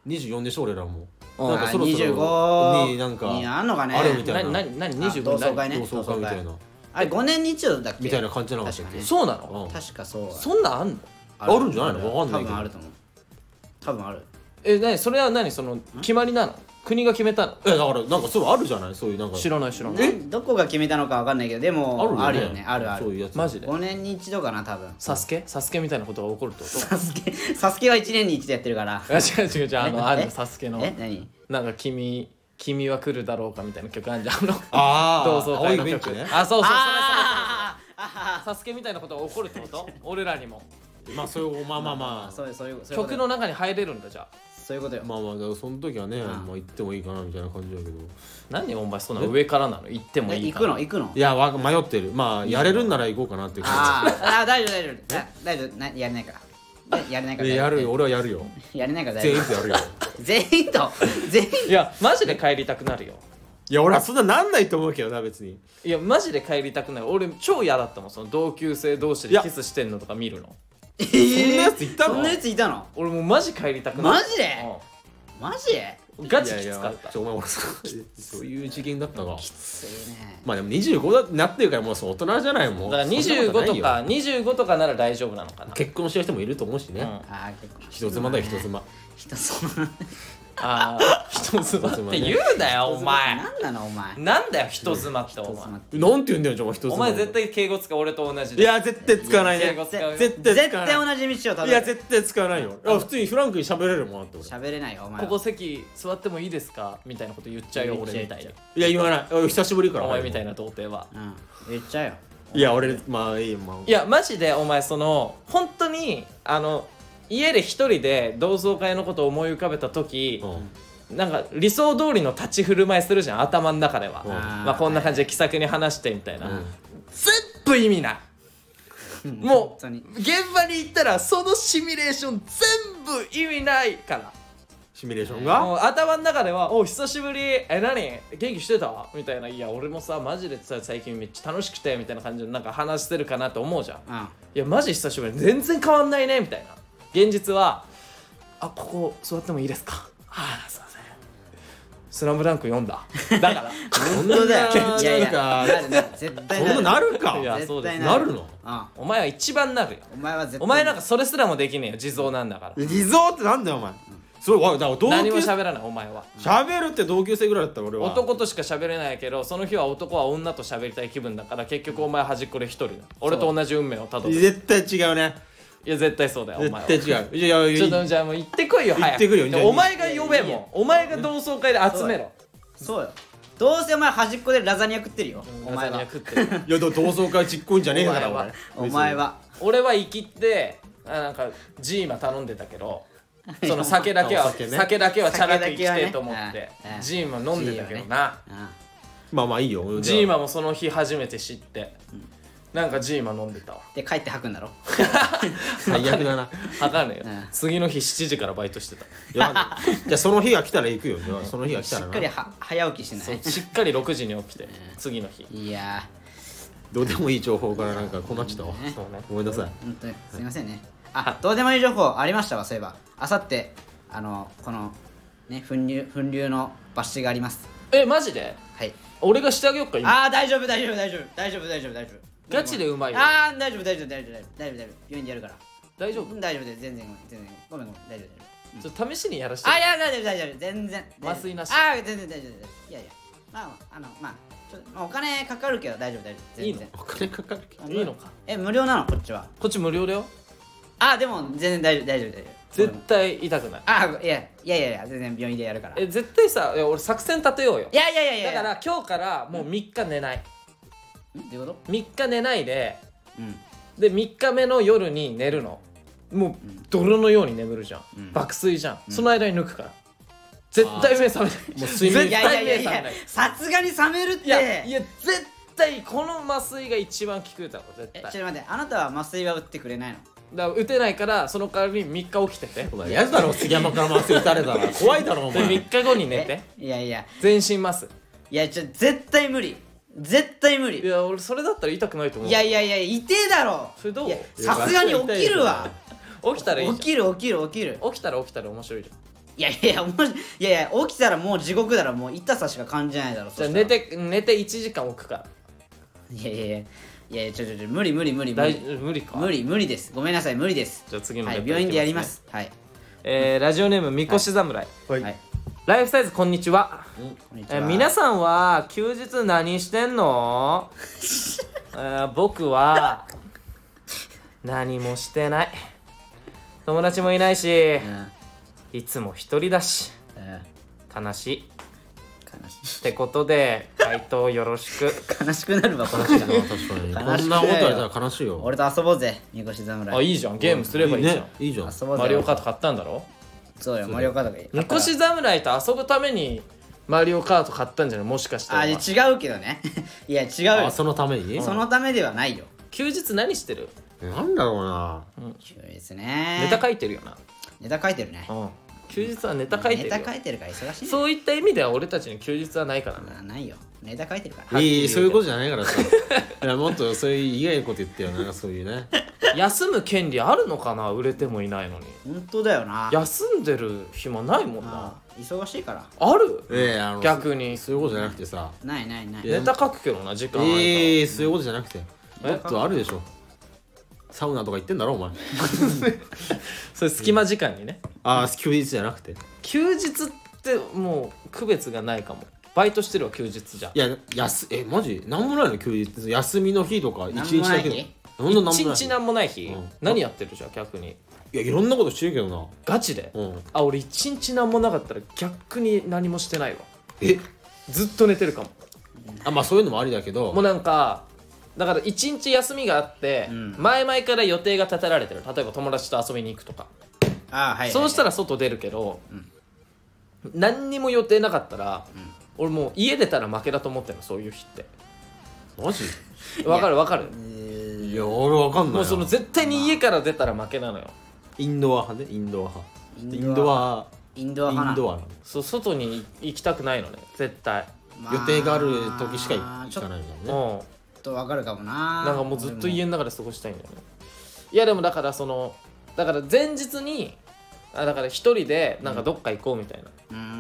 [SPEAKER 3] 24でしょ俺らも
[SPEAKER 2] うん
[SPEAKER 3] なんかそろそろ
[SPEAKER 1] 25
[SPEAKER 3] になんか
[SPEAKER 1] にあんのかね
[SPEAKER 3] あるみたい
[SPEAKER 2] 何
[SPEAKER 3] な
[SPEAKER 2] 何何25
[SPEAKER 1] 同窓
[SPEAKER 2] 何
[SPEAKER 1] 会ね
[SPEAKER 3] 同窓会みたいな
[SPEAKER 1] あれ5年に一度だっけ
[SPEAKER 3] みたいな感じなかったっけ
[SPEAKER 1] 確
[SPEAKER 2] そうなの、
[SPEAKER 3] うん
[SPEAKER 1] 確かそう
[SPEAKER 2] そんなんあんの
[SPEAKER 3] あるんじゃないのわかんない
[SPEAKER 1] 多
[SPEAKER 3] けど
[SPEAKER 1] 分あると思う多分ある
[SPEAKER 2] え何それは何その決まりなの国が決めたの
[SPEAKER 3] えだからなんかそういうのあるじゃないそういうなんか
[SPEAKER 2] 知らない知らない
[SPEAKER 1] えどこが決めたのかわかんないけどでもあ
[SPEAKER 3] あ
[SPEAKER 1] る
[SPEAKER 3] る
[SPEAKER 1] よねあるあ
[SPEAKER 3] そういう
[SPEAKER 1] る
[SPEAKER 3] やつ
[SPEAKER 2] マジで
[SPEAKER 1] 5年に一度かな多分
[SPEAKER 2] サスケサスケみたいなことが起こるってこと
[SPEAKER 1] サスケサスケは1年に一度やってるから
[SPEAKER 2] いや違う違う違うあのあの
[SPEAKER 1] え
[SPEAKER 2] サスケの
[SPEAKER 1] え何
[SPEAKER 2] なんか君君は来るだろうかみたいな曲あんじゃんあの
[SPEAKER 3] ああ
[SPEAKER 2] 同窓会の
[SPEAKER 3] 青いベンチ
[SPEAKER 2] 曲
[SPEAKER 3] ね
[SPEAKER 2] あそうそうそれ
[SPEAKER 1] あ
[SPEAKER 2] それサスケみたいなことが起こるって こと俺らにも
[SPEAKER 3] まあそういうまあまあ
[SPEAKER 1] あ
[SPEAKER 3] まあ
[SPEAKER 1] そうそういうそういうこと
[SPEAKER 2] 曲の中に入れるんだじゃあ
[SPEAKER 1] そういうことよ
[SPEAKER 3] まあまあだからその時はね
[SPEAKER 1] ん
[SPEAKER 3] まあ行ってもいいかなみたいな感じだけど
[SPEAKER 2] 何お前そんな上からなの行っても
[SPEAKER 1] え
[SPEAKER 2] い
[SPEAKER 1] 行
[SPEAKER 2] いか
[SPEAKER 1] く
[SPEAKER 2] ら
[SPEAKER 1] の行くの
[SPEAKER 3] いやわ迷ってるまあやれるんなら行こうかなっていう感
[SPEAKER 1] あーあー大丈夫大丈夫だ大丈夫なやれないからややれないか
[SPEAKER 3] じ
[SPEAKER 1] ら大
[SPEAKER 3] で
[SPEAKER 1] 丈夫
[SPEAKER 3] やるよ俺はやるよ
[SPEAKER 1] やれないから大
[SPEAKER 3] 全
[SPEAKER 1] 丈
[SPEAKER 3] 員とやるよ
[SPEAKER 1] 夫全員と全員
[SPEAKER 2] いやマジで帰りたくなるよ
[SPEAKER 3] いや俺はそんななんないと思うけどな別に
[SPEAKER 2] いやマジで帰りたくなる俺超嫌だったもんその同級生同士でキスしてんのとか見るの
[SPEAKER 1] え
[SPEAKER 3] そんなやついたの
[SPEAKER 1] そんなやついたの
[SPEAKER 2] 俺もうマジ帰りたくなる
[SPEAKER 1] マジでマジ
[SPEAKER 2] うんガチきつかっ
[SPEAKER 3] いやいや
[SPEAKER 2] た
[SPEAKER 3] ちょお前俺そそういう次元だったか
[SPEAKER 1] ついね
[SPEAKER 3] まあでも25だってなってるからもうそう大人じゃないもん
[SPEAKER 2] だから
[SPEAKER 3] そんな
[SPEAKER 2] 25
[SPEAKER 3] ことない
[SPEAKER 2] と
[SPEAKER 3] よ
[SPEAKER 2] か25とかなら大丈夫なのかな
[SPEAKER 3] 結婚してる人もいると思うしね、
[SPEAKER 2] うん
[SPEAKER 1] あー結構
[SPEAKER 3] 人妻だよ人妻
[SPEAKER 1] 人妻
[SPEAKER 2] ああ人妻って言うなよお前
[SPEAKER 1] 何なのお前
[SPEAKER 2] なんだよ人妻ってお
[SPEAKER 1] 人妻
[SPEAKER 2] 前
[SPEAKER 1] って
[SPEAKER 3] なんて言うんだよじゃあ人妻
[SPEAKER 2] お前絶対敬語使う俺と同じ
[SPEAKER 3] い
[SPEAKER 2] で
[SPEAKER 3] や絶対使わない
[SPEAKER 2] 敬
[SPEAKER 3] ね
[SPEAKER 2] 語使うよ
[SPEAKER 3] 絶対
[SPEAKER 1] 絶
[SPEAKER 3] 使わ
[SPEAKER 1] 対
[SPEAKER 3] ない
[SPEAKER 1] 同じ道をたど
[SPEAKER 3] い
[SPEAKER 1] る
[SPEAKER 3] や絶対使わないよあ普通にフランクに喋れるもんあって俺
[SPEAKER 1] 喋れないよお前
[SPEAKER 2] こ
[SPEAKER 1] は
[SPEAKER 2] こ席座ってもいいですかみたいなこと言っちゃうよ俺みたいに
[SPEAKER 3] いや言わないお久しぶりから
[SPEAKER 2] お前みたいな童貞は
[SPEAKER 1] うん言っちゃうよ
[SPEAKER 3] いや俺まあいいまあ
[SPEAKER 2] いやマジでお前その本当にあの家で一人で同窓会のことを思い浮かべた時、
[SPEAKER 3] うん
[SPEAKER 2] なんか理想通りの立ち振る舞いするじゃん頭の中では、
[SPEAKER 3] ん
[SPEAKER 2] まあ、こんな感じで気さくに話してみたいな、
[SPEAKER 3] ん
[SPEAKER 2] 全部意味ないもう
[SPEAKER 1] 当に
[SPEAKER 2] 現場に行ったらそのシミュレーション全部意味ないから
[SPEAKER 3] シミュレーションが
[SPEAKER 2] もう頭の中では「お久しぶりえ何元気してた?」みたいな「いや俺もさマジでさ最近めっちゃ楽しくて」みたいな感じでなんか話してるかなと思うじゃん
[SPEAKER 1] うん
[SPEAKER 2] いやマジ久しぶり全然変わんないねみたいな現実は「あここ座ってもいいですか?」ああすいません「スラムダンク読んだだ から
[SPEAKER 1] 本当だよ
[SPEAKER 3] そんない
[SPEAKER 1] やいや
[SPEAKER 3] な
[SPEAKER 1] なん
[SPEAKER 3] か
[SPEAKER 1] るなる絶対
[SPEAKER 3] そんなな
[SPEAKER 1] る
[SPEAKER 3] るか
[SPEAKER 2] いやそう
[SPEAKER 1] 絶対
[SPEAKER 2] です
[SPEAKER 3] なるの
[SPEAKER 1] あ
[SPEAKER 2] お前は一番なるよ
[SPEAKER 1] お前は絶対
[SPEAKER 2] お前なんかそれすらもできねえよ地蔵なんだから
[SPEAKER 3] リゾーってなんだよお前それわだから同
[SPEAKER 2] 何も
[SPEAKER 3] 級生
[SPEAKER 2] 喋らないお前は
[SPEAKER 3] 喋るって同級生ぐらいだったら俺は
[SPEAKER 2] 男としか喋れないけどその日は男は女と喋りたい気分だから結局お前端っこで一人だ俺と同じ運命をたどるい
[SPEAKER 3] 絶対違うね
[SPEAKER 2] や絶対そうだよお前は
[SPEAKER 3] 絶対違ういやいや
[SPEAKER 2] ちょっ
[SPEAKER 3] いや
[SPEAKER 2] とじゃあもう行ってこいよ
[SPEAKER 3] 行
[SPEAKER 2] 早
[SPEAKER 3] っ
[SPEAKER 2] く
[SPEAKER 3] てくるよ
[SPEAKER 2] で
[SPEAKER 3] じゃあ
[SPEAKER 2] お前が呼べもんお前が同窓会で集めろ
[SPEAKER 1] そうよどうせお前端っこでラザニア食ってるよお前
[SPEAKER 2] ラザニ
[SPEAKER 1] は
[SPEAKER 2] ア食ってる
[SPEAKER 3] いやでも同窓会実行委員じゃねえから
[SPEAKER 2] お前は
[SPEAKER 3] 俺
[SPEAKER 1] お前は
[SPEAKER 2] 俺は生きってあなんかジーマ頼んでたけどその酒だけは
[SPEAKER 3] お酒
[SPEAKER 2] 酒,、
[SPEAKER 3] ね
[SPEAKER 2] だけはチャラく生
[SPEAKER 1] 酒だ
[SPEAKER 2] き
[SPEAKER 1] けは
[SPEAKER 2] て
[SPEAKER 1] ね
[SPEAKER 2] えと思って、
[SPEAKER 1] うんうん
[SPEAKER 2] ジーマ飲んでたけどな
[SPEAKER 1] うん
[SPEAKER 3] まあまあいいよ
[SPEAKER 2] ジーマもその日初めて知って、なんかジーマ飲んでたわ
[SPEAKER 1] で帰って吐くんだろ
[SPEAKER 3] 最悪だな
[SPEAKER 2] あかんねよ、
[SPEAKER 1] うん
[SPEAKER 2] 次の日7時からバイトしてた
[SPEAKER 3] い やじゃあその日が来たら行くよじゃあその日が来
[SPEAKER 1] した
[SPEAKER 3] ら
[SPEAKER 1] っかり
[SPEAKER 3] な
[SPEAKER 1] は早起きしてない
[SPEAKER 2] しっかり6時に起きて次の日
[SPEAKER 1] いや
[SPEAKER 3] どうでもいい情報からなんか困っちゃったわ
[SPEAKER 2] そうね
[SPEAKER 3] ごめんなさい
[SPEAKER 1] ー本当にすいませんねあどうでもいい情報ありましたわそういえばあさってあのこのね粉流粉流の抜歯があります
[SPEAKER 2] えマジで
[SPEAKER 1] はい
[SPEAKER 2] 俺がしてあげよっか今
[SPEAKER 1] ああ大丈夫大丈夫大丈夫大丈夫大丈夫大丈夫
[SPEAKER 2] ガチでうまいよ
[SPEAKER 1] ああ大丈夫大丈夫大丈夫大丈夫大丈夫大丈夫病院でやるから
[SPEAKER 2] 大丈
[SPEAKER 1] う
[SPEAKER 2] 夫
[SPEAKER 1] ん大丈夫です全然全然ごめんごめん大丈夫大丈夫
[SPEAKER 2] ちょっと試しにやらして
[SPEAKER 1] あいや大丈夫大丈夫全然
[SPEAKER 2] 麻酔なし
[SPEAKER 1] ああ全然大丈夫大丈夫いやいやまああのまあちょまあお金かかるけど大丈夫大丈夫
[SPEAKER 2] い
[SPEAKER 1] 全
[SPEAKER 2] いの
[SPEAKER 1] 然
[SPEAKER 3] お金かかるけど
[SPEAKER 2] いいのか
[SPEAKER 1] え無料なのこっちは
[SPEAKER 2] こっち無料だよ
[SPEAKER 1] あでも全然大丈夫大丈夫大丈夫
[SPEAKER 2] 絶対痛くない
[SPEAKER 1] あいやいやいやいや全然病院でやるから
[SPEAKER 2] え
[SPEAKER 1] い
[SPEAKER 2] 絶対さいや俺作戦立てようよ
[SPEAKER 1] やいやいやいや
[SPEAKER 2] だから今日からもう3日寝ない
[SPEAKER 1] んどういうこと
[SPEAKER 2] 3日寝ないで
[SPEAKER 1] うん
[SPEAKER 2] で3日目の夜に寝るのもう泥のように眠るじゃん、
[SPEAKER 1] うん
[SPEAKER 2] 爆睡じゃん、その間に抜くから絶対目覚めない
[SPEAKER 3] もう睡
[SPEAKER 2] 絶
[SPEAKER 3] 眠
[SPEAKER 1] いやいや
[SPEAKER 2] 対
[SPEAKER 1] い
[SPEAKER 2] 目
[SPEAKER 1] やい
[SPEAKER 2] 覚めな
[SPEAKER 1] や
[SPEAKER 2] い
[SPEAKER 1] さすがに冷めるって
[SPEAKER 2] いやいや絶対この麻酔が一番効くだろ絶
[SPEAKER 1] え
[SPEAKER 2] 対
[SPEAKER 1] ちょっと待ってあなたは麻酔は打ってくれないの
[SPEAKER 2] だから打てないからその代わりに3日起きててで
[SPEAKER 3] お前やだろ杉山から回して打たれたら怖いだろお前
[SPEAKER 2] 3日後に寝て
[SPEAKER 1] いやいや
[SPEAKER 2] 全身麻酔
[SPEAKER 1] いやちょ絶対無理絶対無
[SPEAKER 2] い
[SPEAKER 1] 理
[SPEAKER 2] や俺それだったら痛くないと思う
[SPEAKER 1] いやいやいや痛えだろ
[SPEAKER 2] それどう
[SPEAKER 1] いやさすがに起きるわ
[SPEAKER 2] 起きたらいいじゃん
[SPEAKER 1] 起きる起きる起きる
[SPEAKER 2] 起きたら起きたら面白いじゃん
[SPEAKER 1] いやいや面白いいやいや起きたらもう地獄だろもう痛さしか感じないだろ
[SPEAKER 2] じゃあ
[SPEAKER 1] そしたら
[SPEAKER 2] 寝て寝て1時間置くから
[SPEAKER 1] いやいやいやいやいやちょちょちょ無理無理無理無
[SPEAKER 2] 大
[SPEAKER 1] 理
[SPEAKER 2] 丈夫無理か
[SPEAKER 1] 無理無理ですごめんなさい無理です
[SPEAKER 2] じゃあ次の
[SPEAKER 1] は
[SPEAKER 2] レ
[SPEAKER 1] い
[SPEAKER 2] ター
[SPEAKER 1] 病院でやりま
[SPEAKER 2] いき
[SPEAKER 1] すはい
[SPEAKER 2] ますねえーラジオネームみこし侍、
[SPEAKER 1] はい
[SPEAKER 2] ライフサイズこんにちは
[SPEAKER 1] こんにち
[SPEAKER 2] え
[SPEAKER 1] は
[SPEAKER 2] ー皆さんは休日何してん の、えー僕は何もしてない友達もいないし
[SPEAKER 1] うん
[SPEAKER 2] いつも一人だし
[SPEAKER 1] うん
[SPEAKER 2] 悲しい
[SPEAKER 1] 悲し
[SPEAKER 2] ってことで回答よろしく
[SPEAKER 1] い悲しくなるわこの
[SPEAKER 3] 悲
[SPEAKER 1] 人
[SPEAKER 3] しいな確かに
[SPEAKER 1] だ
[SPEAKER 3] こ
[SPEAKER 1] よ
[SPEAKER 3] んなことやったら悲しいよ
[SPEAKER 1] 俺と遊ぼうぜみこし侍
[SPEAKER 2] あいいじゃんゲームすればいいじゃん、
[SPEAKER 3] ねいいじゃん
[SPEAKER 1] 遊ぼうぜ
[SPEAKER 2] マリオカート買ったんだろ
[SPEAKER 1] そうよマリオカートがいい
[SPEAKER 2] みこし侍と遊ぶためにマリオカート買ったんじゃないもしかしてお
[SPEAKER 1] あ
[SPEAKER 2] 前
[SPEAKER 1] いや違うけどねいや違う
[SPEAKER 3] あ
[SPEAKER 1] よ
[SPEAKER 3] そのために
[SPEAKER 1] そのためではないよ
[SPEAKER 2] 休日何してる
[SPEAKER 3] なんだろうな
[SPEAKER 1] 休日ね
[SPEAKER 2] ネタ書いてるよな、
[SPEAKER 1] ネタ書いてるね
[SPEAKER 2] うん、休日はネタ書いてる
[SPEAKER 1] ネ
[SPEAKER 2] よ
[SPEAKER 1] タ書いてるから忙しいね
[SPEAKER 2] そういった意味では俺たちに休日はないからね
[SPEAKER 1] あないよネタ書いてるから
[SPEAKER 2] っきり
[SPEAKER 3] い
[SPEAKER 2] 言うけど
[SPEAKER 3] いそういうことじゃないからさいやもっとそういう意外なこと言ってよなんかそういうね
[SPEAKER 2] 休む権利あるのかな売れてもいないのに
[SPEAKER 1] 本当だよな
[SPEAKER 2] 休んでる暇ないもんな
[SPEAKER 1] あ忙しいから
[SPEAKER 2] ある
[SPEAKER 3] ええあの
[SPEAKER 2] 逆に
[SPEAKER 3] そういうことじゃなくてさ
[SPEAKER 1] ないないない
[SPEAKER 3] や
[SPEAKER 2] ネタ書くけどな時間あるから、
[SPEAKER 3] ええそういうことじゃなくて
[SPEAKER 2] え
[SPEAKER 3] もっとあるでしょサウナとか行ってんだろお前
[SPEAKER 2] それ隙間時間にね
[SPEAKER 3] ああ休日じゃなくてい
[SPEAKER 2] 休日ってもう区別がないかもバイトしてるわ休日じゃ
[SPEAKER 3] や休えマジなんもないの休日休みの日とか一日だ
[SPEAKER 1] なんも
[SPEAKER 3] け
[SPEAKER 1] ない
[SPEAKER 3] でほんとなん
[SPEAKER 2] 一
[SPEAKER 3] もない
[SPEAKER 2] 日なんもない日、
[SPEAKER 3] うん
[SPEAKER 2] 何やってるじゃん逆に
[SPEAKER 3] いやいろんなことしてるけどな
[SPEAKER 2] ガチで、
[SPEAKER 3] うん
[SPEAKER 2] あ俺一日なんもなかったら逆に何もしてないわ
[SPEAKER 3] え
[SPEAKER 2] ずっと寝てるかも
[SPEAKER 3] あまあそういうのもありだけど
[SPEAKER 2] もうなんかだから一日休みがあって、
[SPEAKER 1] うん
[SPEAKER 2] 前々から予定が立てられてる例えば友達と遊びに行くとか、
[SPEAKER 1] あはい
[SPEAKER 2] そうした
[SPEAKER 1] ら
[SPEAKER 2] ら外出るけど、
[SPEAKER 1] ん
[SPEAKER 2] 何にも予定なかったら、俺もう家出たら負けだと思ってるのそういう日って
[SPEAKER 3] マジ
[SPEAKER 2] わかるわかる
[SPEAKER 3] いや俺わかんないな
[SPEAKER 2] もうその絶対に家から出たら負けなのよ
[SPEAKER 3] インドア派ねインドア派
[SPEAKER 1] イ
[SPEAKER 3] イ
[SPEAKER 1] ンドア
[SPEAKER 3] ンドア
[SPEAKER 1] イン
[SPEAKER 3] イ
[SPEAKER 1] ドア派な
[SPEAKER 3] ンドア
[SPEAKER 2] そう外に行きたくないのね絶対
[SPEAKER 1] ま
[SPEAKER 3] 予定がある時しか行かないいじゃん
[SPEAKER 2] う
[SPEAKER 3] ね
[SPEAKER 2] ん
[SPEAKER 1] ちょっとわかるかもな
[SPEAKER 2] なんかもうずっと家の中で過ごしたいんだよねいやでもだからそのだから前日にあだから一人でなんかどっか行こうみたいな、
[SPEAKER 1] うん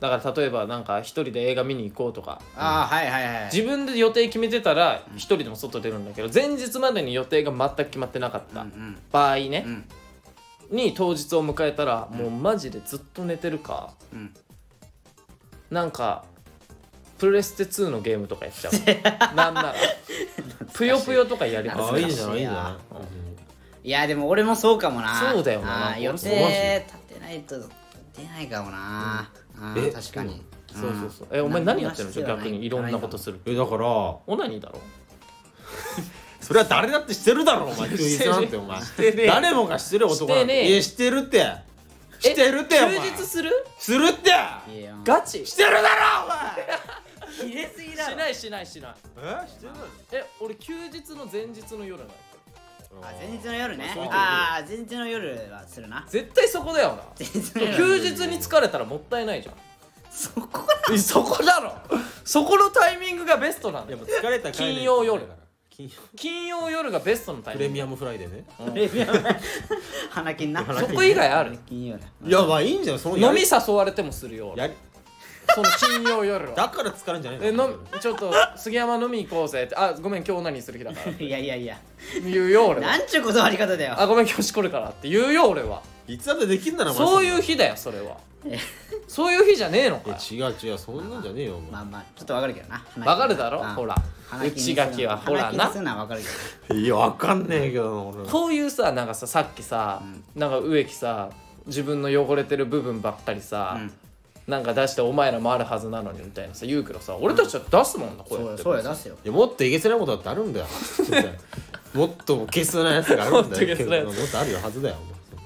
[SPEAKER 2] だから例えばなんか一人で映画見に行こうとか
[SPEAKER 1] ああはいはいはい
[SPEAKER 2] 自分で予定決めてたら一人でも外出るんだけど前日までに予定が全く決まってなかった
[SPEAKER 1] うん
[SPEAKER 2] 場合
[SPEAKER 1] う
[SPEAKER 2] ね、
[SPEAKER 1] ん
[SPEAKER 2] に当日を迎えたらもうマジでずっと寝てるか
[SPEAKER 1] うん
[SPEAKER 2] なんかプレステ2のゲームとかやっちゃうなんならぷよぷよとかやり
[SPEAKER 1] 懐
[SPEAKER 2] ま
[SPEAKER 1] か
[SPEAKER 2] す
[SPEAKER 1] し
[SPEAKER 3] ああ
[SPEAKER 2] ね
[SPEAKER 3] いいじゃないいいじゃない
[SPEAKER 1] いやでも俺もそうかもな
[SPEAKER 2] そうだよ
[SPEAKER 1] あ
[SPEAKER 2] な
[SPEAKER 1] ー予
[SPEAKER 2] なんか俺も
[SPEAKER 1] 定立てないと出ないかもなあー
[SPEAKER 3] え
[SPEAKER 1] 確かに
[SPEAKER 2] そうそうそう
[SPEAKER 1] うん
[SPEAKER 2] えお前何やってるのじゃあ
[SPEAKER 1] 何も
[SPEAKER 2] 逆にいろんなこと
[SPEAKER 1] し
[SPEAKER 2] する
[SPEAKER 3] えだから
[SPEAKER 2] オナニーだろ
[SPEAKER 3] それは誰だってしてるだろお前休日なんてお前
[SPEAKER 2] てねえ
[SPEAKER 3] 誰もがしてる男
[SPEAKER 2] し
[SPEAKER 3] な
[SPEAKER 2] て
[SPEAKER 3] ん
[SPEAKER 2] ね
[SPEAKER 3] て
[SPEAKER 2] え
[SPEAKER 3] いやしてるってしてるってお前
[SPEAKER 2] 休日する
[SPEAKER 3] するって
[SPEAKER 1] てないかもいやいや
[SPEAKER 2] ガチ
[SPEAKER 3] してるだろお 前
[SPEAKER 1] 切れすぎだ
[SPEAKER 2] し
[SPEAKER 1] ろ
[SPEAKER 2] ないしないしない
[SPEAKER 3] えしてる
[SPEAKER 2] え俺休日の前日の夜なの
[SPEAKER 1] あ前日の夜ね
[SPEAKER 3] そういうこと
[SPEAKER 1] ああ前日の夜はするな
[SPEAKER 2] 絶対そこだよな
[SPEAKER 1] 前日の夜
[SPEAKER 2] 休日に疲れたらもったいないじゃ
[SPEAKER 1] そこだ
[SPEAKER 2] ん そこだろそこのタイミングがベストなんだよ
[SPEAKER 3] 疲れた
[SPEAKER 2] 帰れ金曜夜
[SPEAKER 3] 金曜
[SPEAKER 2] 金曜夜がベストのタイ
[SPEAKER 3] プ
[SPEAKER 2] ミ
[SPEAKER 3] レ
[SPEAKER 2] ング
[SPEAKER 3] ミアムフライデーね
[SPEAKER 1] 鼻金な
[SPEAKER 2] そこ以外ある
[SPEAKER 1] 金曜だ
[SPEAKER 3] いやまあいいんじゃないそのや
[SPEAKER 2] 飲み
[SPEAKER 3] り
[SPEAKER 2] 誘われてもするよ俺
[SPEAKER 3] やり
[SPEAKER 2] その金曜夜は
[SPEAKER 3] だから疲れるんじゃない
[SPEAKER 2] えのちょっと杉山飲み行こうぜってあごめん今日何する日だから
[SPEAKER 1] いやいやいや
[SPEAKER 2] 言うよ俺は
[SPEAKER 1] なんちゅう断り方だよ
[SPEAKER 2] あごめん今日しこるからって言うよ俺はい
[SPEAKER 3] つだってできんだなお前
[SPEAKER 2] そういう日だよそれはそういう日じゃねえのかよ
[SPEAKER 3] 違う違うそんなんじゃねえよお
[SPEAKER 1] ま
[SPEAKER 3] 前
[SPEAKER 1] あまあちょっとわかるけどな
[SPEAKER 2] わかるだろほら内垣はほらな
[SPEAKER 1] なするのはわかるけど
[SPEAKER 3] いやわかんねえけどな俺
[SPEAKER 2] こういうさなんかささっきさ、なんか植木さ自分の汚れてる部分ばっかりさ、
[SPEAKER 1] うん
[SPEAKER 2] なんか出してお前らもあるはずなのにみたいなさ言うけどさ俺たちは出すもんな、こう
[SPEAKER 1] そう
[SPEAKER 2] やっ
[SPEAKER 1] よ
[SPEAKER 2] て
[SPEAKER 1] そうよ出すよ
[SPEAKER 3] いやもっといけすないことだってあるんだよ もっとゲスなやつがある
[SPEAKER 2] も
[SPEAKER 3] んだよ
[SPEAKER 2] っとゲスなやつ
[SPEAKER 3] もっとあるよはずだよ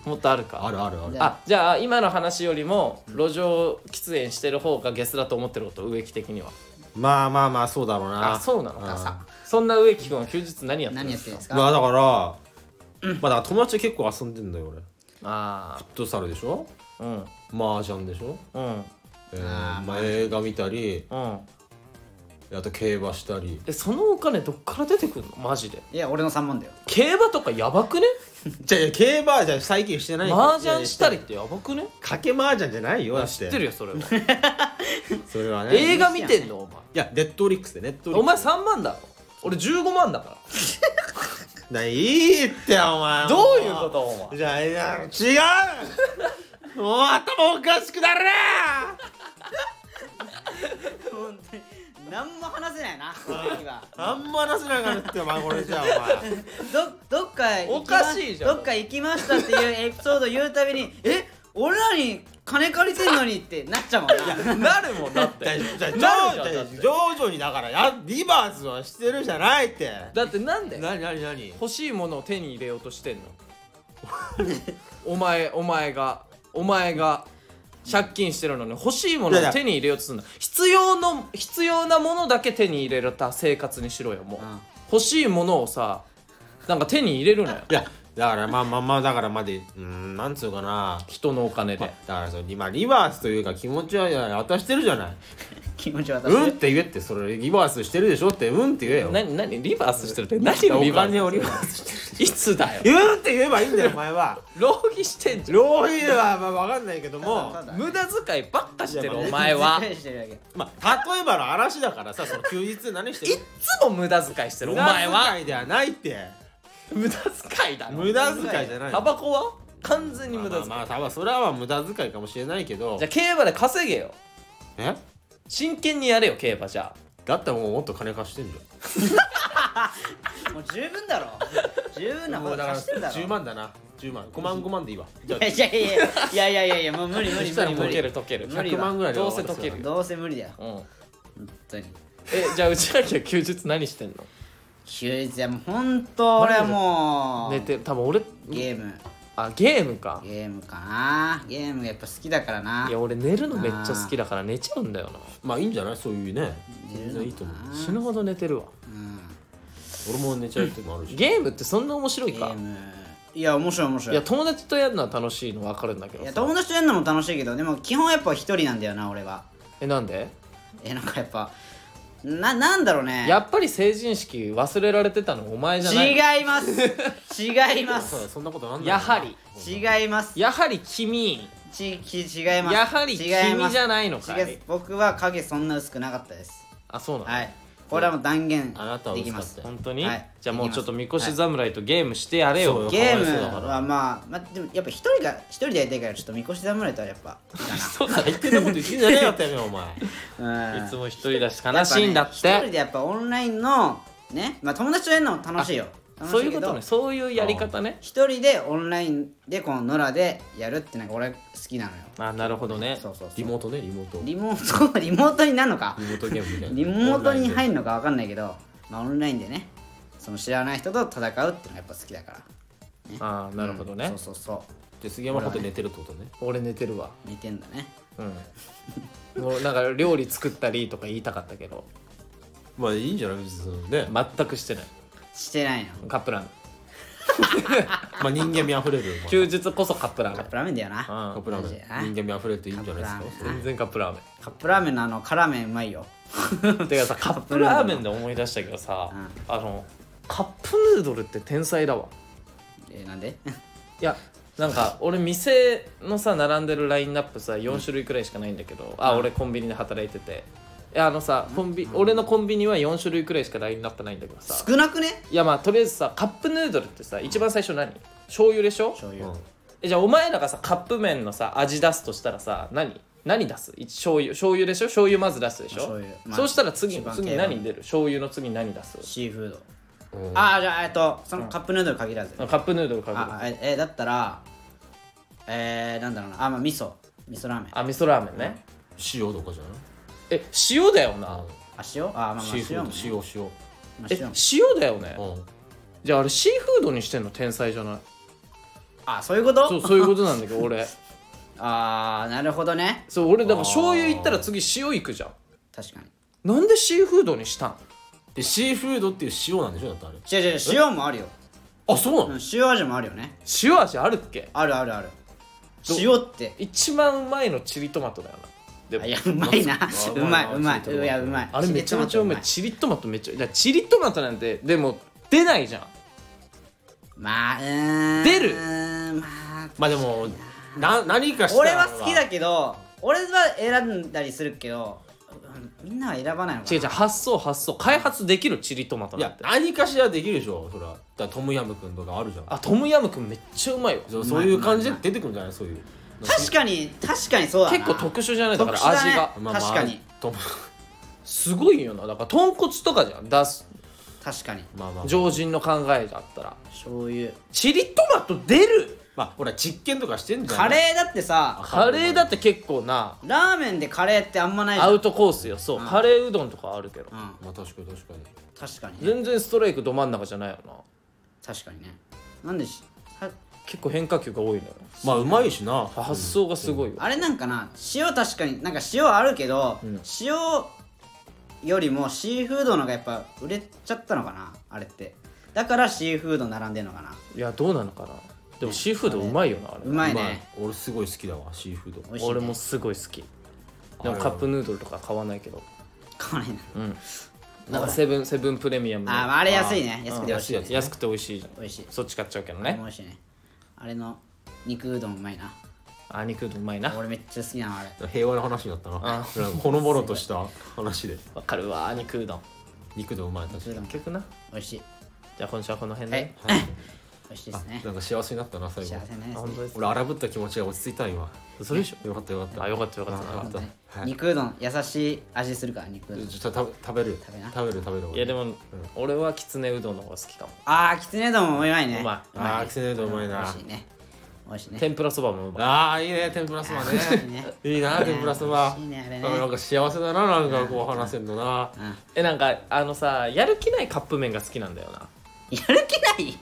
[SPEAKER 2] もっとあるか
[SPEAKER 3] あるあるある
[SPEAKER 2] あじゃあ今の話よりも路上喫煙してる方がゲスだと思ってること植木的には
[SPEAKER 3] まあまあまあそうだろう
[SPEAKER 2] あ
[SPEAKER 3] な
[SPEAKER 2] そうなのか
[SPEAKER 3] うん
[SPEAKER 2] さそんな植木君は休日何やってる
[SPEAKER 1] 何
[SPEAKER 2] んで
[SPEAKER 1] やって
[SPEAKER 2] す
[SPEAKER 1] るん
[SPEAKER 2] か
[SPEAKER 1] です
[SPEAKER 3] ま
[SPEAKER 1] か
[SPEAKER 3] あだから、まあだから友達と結構遊んでんだよ俺フ
[SPEAKER 2] あ
[SPEAKER 3] ットサルでしょ
[SPEAKER 2] あうん
[SPEAKER 3] 麻雀でしょ、
[SPEAKER 2] うん
[SPEAKER 3] えーまあ、映画見たり
[SPEAKER 2] うん
[SPEAKER 3] あと競馬したり
[SPEAKER 2] えそのお金どっから出てくるのマジで
[SPEAKER 1] いや俺の3万だよ
[SPEAKER 2] 競馬とかやばくね
[SPEAKER 3] じゃあ競馬じゃ最近してない
[SPEAKER 2] 麻雀したりってやばくね
[SPEAKER 3] かけ麻雀じゃないよだ
[SPEAKER 2] 知ってるよそれは
[SPEAKER 3] それはね
[SPEAKER 2] 映画見てんのお前
[SPEAKER 3] いやネットフリックスでネットフリ
[SPEAKER 2] お
[SPEAKER 3] ック
[SPEAKER 2] 前3万だろ俺15万だか
[SPEAKER 3] スないいってお前
[SPEAKER 2] らどういうことお前
[SPEAKER 3] じゃあいや 違うもう頭おかしくなるな
[SPEAKER 1] 本当に何も話せないな植木は
[SPEAKER 3] あんま話せなくなるってお前これじゃあお前
[SPEAKER 1] どどっか行きま
[SPEAKER 2] おかしいじゃん
[SPEAKER 1] どっか行きましたっていうエピソード言うたびにえ俺らに金借りてんのにってなっちゃうもんな
[SPEAKER 2] なるもんだ って
[SPEAKER 3] じゃあじゃ
[SPEAKER 2] なる
[SPEAKER 3] あ
[SPEAKER 2] じゃん
[SPEAKER 3] じゃ
[SPEAKER 2] だ
[SPEAKER 3] あ
[SPEAKER 2] って
[SPEAKER 3] 徐々にだからやリバースはしてるじゃないって
[SPEAKER 2] だってなんで
[SPEAKER 3] 何何何
[SPEAKER 2] 欲しいものを手に入れようとしてん のお前お前がお前が借金してるのに欲しいものを手に入れようとするんだ必要の必要なものだけ手に入れた生活にしろよも
[SPEAKER 1] う
[SPEAKER 2] う、
[SPEAKER 1] ん
[SPEAKER 2] 欲しいものをさなんか手に入れるのよ
[SPEAKER 3] いやだからまあまあまあだからまでうーんなんつうかな
[SPEAKER 2] 人のお金で、
[SPEAKER 3] だからその今リバースというか気持ちは渡してるじゃない
[SPEAKER 1] 気持ちは私
[SPEAKER 3] うんって言えってそれリバースしてるでしょってうんって言えよ
[SPEAKER 2] 何何リバースしてるって何のリ
[SPEAKER 3] お
[SPEAKER 2] バ
[SPEAKER 3] 金
[SPEAKER 2] ー
[SPEAKER 3] をリバースしてる
[SPEAKER 2] スいつだよ
[SPEAKER 3] うんって言えばいいんだよお前は
[SPEAKER 2] 浪費してんじゃ
[SPEAKER 3] 浪費はまあわかんないけども
[SPEAKER 1] ただ
[SPEAKER 2] ん無駄遣いばっかして
[SPEAKER 3] いや
[SPEAKER 2] る
[SPEAKER 3] まあ
[SPEAKER 2] お前は
[SPEAKER 1] 全
[SPEAKER 2] い
[SPEAKER 1] 然してるだけ
[SPEAKER 3] まあ例えばの嵐だからさその休日何してる
[SPEAKER 2] つも無駄遣いしてるお
[SPEAKER 3] 無
[SPEAKER 2] 前
[SPEAKER 3] 駄
[SPEAKER 2] は
[SPEAKER 3] 遣いではないって
[SPEAKER 2] 無駄遣いだろ
[SPEAKER 3] 無駄遣いじゃない
[SPEAKER 2] タバコは完全に無駄遣い、
[SPEAKER 3] まあまあまあまあそれはまあ無駄遣いかもしれないけど
[SPEAKER 2] じゃあ競馬で稼げよ
[SPEAKER 3] え
[SPEAKER 2] 真剣にやれよ競馬じゃあ
[SPEAKER 3] だったらもうもっと金貸してんじ
[SPEAKER 1] もう十分だろ十分
[SPEAKER 3] ゃ
[SPEAKER 1] なんほ
[SPEAKER 3] もう
[SPEAKER 1] ら
[SPEAKER 3] だから
[SPEAKER 1] 貸してるだろ
[SPEAKER 3] 10万だな10万5万5万でいいわじゃあ
[SPEAKER 1] いやいやいやいやいやいやもう無理無理無理無
[SPEAKER 2] 溶け
[SPEAKER 1] 理
[SPEAKER 2] る溶ける
[SPEAKER 1] 無理
[SPEAKER 3] 100万ぐらいで
[SPEAKER 2] どうせ溶けるよ、
[SPEAKER 1] どうせ無理だよ
[SPEAKER 2] うん、
[SPEAKER 1] 本当に
[SPEAKER 2] えじゃあ内垣は休日何してん
[SPEAKER 1] 休日はもう本当俺はも
[SPEAKER 2] の
[SPEAKER 1] う
[SPEAKER 2] 寝てる多分俺
[SPEAKER 1] ゲーム
[SPEAKER 2] あゲームか
[SPEAKER 1] ゲームかなゲームがやっぱ好きだからない
[SPEAKER 2] や俺寝るのめっちゃ好きだから寝ちゃうんだよな
[SPEAKER 3] まあいいんじゃないそういうね
[SPEAKER 1] 寝るの
[SPEAKER 3] 全然いいと思う
[SPEAKER 2] 死ぬほど寝てるわ
[SPEAKER 1] うん
[SPEAKER 3] 俺も寝ちゃう時もあるし
[SPEAKER 2] ゲームってそんな面白い
[SPEAKER 1] ゲー
[SPEAKER 2] か
[SPEAKER 1] ムいや面白い面白
[SPEAKER 2] い
[SPEAKER 1] い
[SPEAKER 2] や友達とやるのは楽しいの分かるんだけ
[SPEAKER 1] い
[SPEAKER 2] ど
[SPEAKER 1] や
[SPEAKER 2] さ
[SPEAKER 1] 友達とやるのも楽しいけどでも基本やっぱ一人なんだよな俺は
[SPEAKER 2] えなんで
[SPEAKER 1] えなんかやっぱななんだろうね
[SPEAKER 2] やっぱり成人式忘れられてたのお前じゃない
[SPEAKER 1] 違います 違いま
[SPEAKER 3] そうだ
[SPEAKER 1] す
[SPEAKER 3] よそんなことなんない
[SPEAKER 2] やはり
[SPEAKER 1] 違います
[SPEAKER 2] やはり君
[SPEAKER 1] ちき違います
[SPEAKER 2] やはり
[SPEAKER 1] 違
[SPEAKER 2] 君
[SPEAKER 1] います
[SPEAKER 2] じゃないのか
[SPEAKER 1] 違います
[SPEAKER 2] い
[SPEAKER 1] 僕は影そんな薄くなかったです
[SPEAKER 2] あそうなの、
[SPEAKER 1] はいこれはもう断言
[SPEAKER 3] あなたは
[SPEAKER 1] でき
[SPEAKER 3] 薄か
[SPEAKER 1] ま
[SPEAKER 3] っ
[SPEAKER 1] す
[SPEAKER 3] たよ
[SPEAKER 2] 本当に、
[SPEAKER 1] はい
[SPEAKER 2] じゃあもうちょっとみこ
[SPEAKER 1] は
[SPEAKER 2] し
[SPEAKER 1] い
[SPEAKER 2] 侍とゲームしてやれよ、
[SPEAKER 3] そう
[SPEAKER 1] ゲー
[SPEAKER 3] かわいそうだか
[SPEAKER 1] ム
[SPEAKER 3] ら
[SPEAKER 1] はまあ、まあ、でもやっぱ一人が一人でやりたいからちょっとみこし侍とはやっぱいいか
[SPEAKER 2] そうだね
[SPEAKER 3] 言ってたこと言ってんじゃねえ よてめえお前
[SPEAKER 1] なうん
[SPEAKER 2] いつも一人だし悲しいんだって、
[SPEAKER 1] やぱね一人でやっぱオンラインのねまあ友達とやるのも楽しいよ楽し
[SPEAKER 2] そういうこと
[SPEAKER 1] け
[SPEAKER 2] ね
[SPEAKER 1] ど
[SPEAKER 2] そういうやり方ね
[SPEAKER 1] 一人でオンラインでこの野良でやるってなんか俺好きなのよ
[SPEAKER 2] あなるほどね
[SPEAKER 1] そうそうそう
[SPEAKER 3] リモートねリモートリ
[SPEAKER 1] リモートリモートになるのか
[SPEAKER 3] モートゲームみたいな
[SPEAKER 1] リモートに
[SPEAKER 3] る
[SPEAKER 1] 入るのか分かんないけどまあオンラインでねその知らない人と戦うっていうのがやっぱ好きだから
[SPEAKER 2] あなるほどね、
[SPEAKER 1] そうそうそ
[SPEAKER 3] で杉山ほど寝てるってことね
[SPEAKER 2] 俺寝てるわ
[SPEAKER 1] う似てんだね
[SPEAKER 2] うんもうなんか料理作ったりとか言いたかったけど
[SPEAKER 3] まあいいんじゃない別にそのね
[SPEAKER 2] 全くしてない
[SPEAKER 1] してないの
[SPEAKER 2] カップラーメン
[SPEAKER 3] まあ人間味あふれるお前
[SPEAKER 2] 休日こそカップラーメ
[SPEAKER 1] カップラーメンだよ
[SPEAKER 2] ン
[SPEAKER 1] な
[SPEAKER 3] カップラーメン人間味あふれていいんじゃないですか
[SPEAKER 1] カップラーメン
[SPEAKER 3] それ
[SPEAKER 2] うん全然カップラーメン
[SPEAKER 1] カップラーメンのあの辛麺うまいよ
[SPEAKER 2] てかさカップラーメンで思い出したけどさ、あのカップヌードルって天才だわ
[SPEAKER 1] えなんで
[SPEAKER 2] いやなんか俺店のさ並んでるラインナップさ4種類くらいしかないんだけど、あ俺コンビニで働いてていやあのさコンビ、俺のコンビニは4種類くらいしかラインナップないんだけどさ
[SPEAKER 1] 少なくね
[SPEAKER 2] いやまあとりあえずさカップヌードルってさ一番最初何醤油でしょ
[SPEAKER 1] 醤油
[SPEAKER 3] うん
[SPEAKER 2] えじゃあお前らがさカップ麺のさ味出すとしたらさ何何出す一醤油醤油でしょ醤油まず出すでしょ
[SPEAKER 1] 醤油まあ
[SPEAKER 2] そうしたら次
[SPEAKER 1] 一番
[SPEAKER 2] 次
[SPEAKER 1] 定番
[SPEAKER 2] 何出る醤油の次何出す
[SPEAKER 1] シーフード、
[SPEAKER 3] うん
[SPEAKER 1] ああじゃあえっとそのカップヌードル限らず、
[SPEAKER 2] カップヌードルかける
[SPEAKER 1] あええだったらえー、なんだろうなあまあ味噌味噌ラーメンあ
[SPEAKER 2] あ味噌ラーメンね
[SPEAKER 3] 塩とかじゃない
[SPEAKER 2] え塩だよな
[SPEAKER 1] 塩あまあまあ
[SPEAKER 3] シーフ
[SPEAKER 1] 塩もね
[SPEAKER 3] ード塩
[SPEAKER 1] まあ
[SPEAKER 2] え
[SPEAKER 1] 塩も
[SPEAKER 2] 塩だよね
[SPEAKER 3] 塩うん
[SPEAKER 2] じゃああれシーフードにしてんの天才じゃない
[SPEAKER 1] あそういうこと
[SPEAKER 2] そうそういうことなんだけど俺
[SPEAKER 1] ああなるほどね
[SPEAKER 2] そう俺だから醤油行ったら次塩行くじゃん
[SPEAKER 1] 確かに
[SPEAKER 2] なんでシーフードにしたん
[SPEAKER 3] でシーフードっていう塩なんでしょだってあれ
[SPEAKER 1] 違う違う塩もあるよ、
[SPEAKER 3] あそう
[SPEAKER 1] う
[SPEAKER 3] なの
[SPEAKER 1] ん、塩味もあるよね
[SPEAKER 2] 塩味あるっけ
[SPEAKER 1] あるあるある
[SPEAKER 2] ど
[SPEAKER 1] 塩って
[SPEAKER 2] 一番うまいのチリトマトだよなでも
[SPEAKER 1] あいやうまいな
[SPEAKER 3] そう
[SPEAKER 1] うまいうま
[SPEAKER 3] チリトマ
[SPEAKER 1] い
[SPEAKER 3] ト
[SPEAKER 1] いやうまい
[SPEAKER 2] あれめちゃめちゃうまい
[SPEAKER 1] チ
[SPEAKER 2] チリトマトめっちゃいやチリトマトなんてでも出ないじゃん
[SPEAKER 1] リトマトうまいまあうーん
[SPEAKER 2] 出る
[SPEAKER 1] うーんまあ
[SPEAKER 3] まあでもな何かしたら
[SPEAKER 1] 俺は好きだけど俺は選んだりするけどうんみんなは選ばないのか
[SPEAKER 2] 違う
[SPEAKER 1] な
[SPEAKER 2] 違う発想発想開発できるチリトマト
[SPEAKER 3] い
[SPEAKER 2] なん
[SPEAKER 3] や
[SPEAKER 2] て
[SPEAKER 3] 何かしらできるでしょそらだからトムヤムくんとかあるじゃん
[SPEAKER 2] あトムヤムくんめっちゃうまいよ
[SPEAKER 3] そうそういう感じで出てくるんじゃないそういう
[SPEAKER 1] 確かに確かにそうだな
[SPEAKER 2] 結構特殊じゃないだ
[SPEAKER 1] 特
[SPEAKER 2] か
[SPEAKER 1] 殊
[SPEAKER 2] ら
[SPEAKER 1] だ
[SPEAKER 2] 味
[SPEAKER 1] ね
[SPEAKER 2] が
[SPEAKER 1] 確かに
[SPEAKER 3] トム
[SPEAKER 2] すごいよなだから豚骨とかじゃん出す
[SPEAKER 1] 確かに
[SPEAKER 3] まあまあ
[SPEAKER 2] 常人の考えがあったら
[SPEAKER 1] 醤油
[SPEAKER 2] チリトマト出る
[SPEAKER 3] まあほら実験とかしてんじゃん
[SPEAKER 1] カレーだってさ
[SPEAKER 2] カレーだって結構な
[SPEAKER 1] ラーメンでカレーってあんまないじゃん
[SPEAKER 2] アウトコースよそうカレーうどんとかあるけど
[SPEAKER 1] うん
[SPEAKER 3] まあ確かに確かに
[SPEAKER 1] 確かにね
[SPEAKER 2] 全然ストライクど真ん中じゃないよな
[SPEAKER 1] 確かにねなんでしは
[SPEAKER 2] 結構変化球が多いのよ
[SPEAKER 3] まあうまいしな
[SPEAKER 2] 発想がすごいよ
[SPEAKER 1] あれなんかな塩確かになんか塩あるけど、塩よりもシーフードのがやっぱ売れちゃったのかなあれってだからシーフード並んでんのかない
[SPEAKER 2] やどうなのかなでもシーフードうまいよなあ
[SPEAKER 1] う
[SPEAKER 2] れ
[SPEAKER 1] まいう
[SPEAKER 3] ま
[SPEAKER 1] ね
[SPEAKER 3] い俺すごい好きだわシーフード
[SPEAKER 1] 美味しいね
[SPEAKER 2] 俺もすごい好きでもカップヌードルとか買わないけど
[SPEAKER 1] 買わないな
[SPEAKER 2] なんかセブンセブンプレミアムの
[SPEAKER 1] あー、まあ、あれ安いね安くて美味しい,、ね、
[SPEAKER 3] 安い
[SPEAKER 2] 安くて美味しいじゃん
[SPEAKER 1] 美味しい
[SPEAKER 2] そっち買っちゃうけど
[SPEAKER 1] あれも
[SPEAKER 2] ね
[SPEAKER 1] 美味しいねあれの肉うどんうまいな
[SPEAKER 2] あ肉うどんうまいな
[SPEAKER 1] 俺めっちゃ好きなのあれ
[SPEAKER 3] 平和な話になったななんかほのぼのとした話で
[SPEAKER 2] わかるわ肉うどん
[SPEAKER 3] 肉でうまい確かに
[SPEAKER 2] 結局な
[SPEAKER 1] 美味しい
[SPEAKER 2] じゃあ今週はこの辺で、
[SPEAKER 1] はい美味しいですね
[SPEAKER 3] なんか幸せになったな最後
[SPEAKER 1] 幸せね
[SPEAKER 2] あ本当です
[SPEAKER 3] 俺荒ぶった気持ちが落ち着いた今
[SPEAKER 2] それでしょ
[SPEAKER 3] よかったよかった
[SPEAKER 2] あよかったよかった
[SPEAKER 3] あよかっ
[SPEAKER 1] ね
[SPEAKER 3] たはい
[SPEAKER 1] 肉うどん優しい味するから肉うどん
[SPEAKER 3] ちょっと食べる
[SPEAKER 1] 食べな
[SPEAKER 3] 食べる食べる
[SPEAKER 2] いやでも、俺はきつねうどんの方が好きかも
[SPEAKER 1] あーきつねうどんもうまいね
[SPEAKER 2] うま
[SPEAKER 1] ね
[SPEAKER 3] あーきつねうどんうまいな
[SPEAKER 1] 美味しいね美味しいね
[SPEAKER 2] 天ぷらそばもうまい
[SPEAKER 3] ああいいね天ぷらそば
[SPEAKER 1] 美味しい
[SPEAKER 3] ね
[SPEAKER 1] ね
[SPEAKER 3] いいな天ぷらそば
[SPEAKER 1] 美味しいねあれね
[SPEAKER 3] なんか幸せだななんかこう話せんのな
[SPEAKER 1] うん
[SPEAKER 2] えなんかあのさやる気ないカップ麺が好きなんだよな
[SPEAKER 1] やる気ない、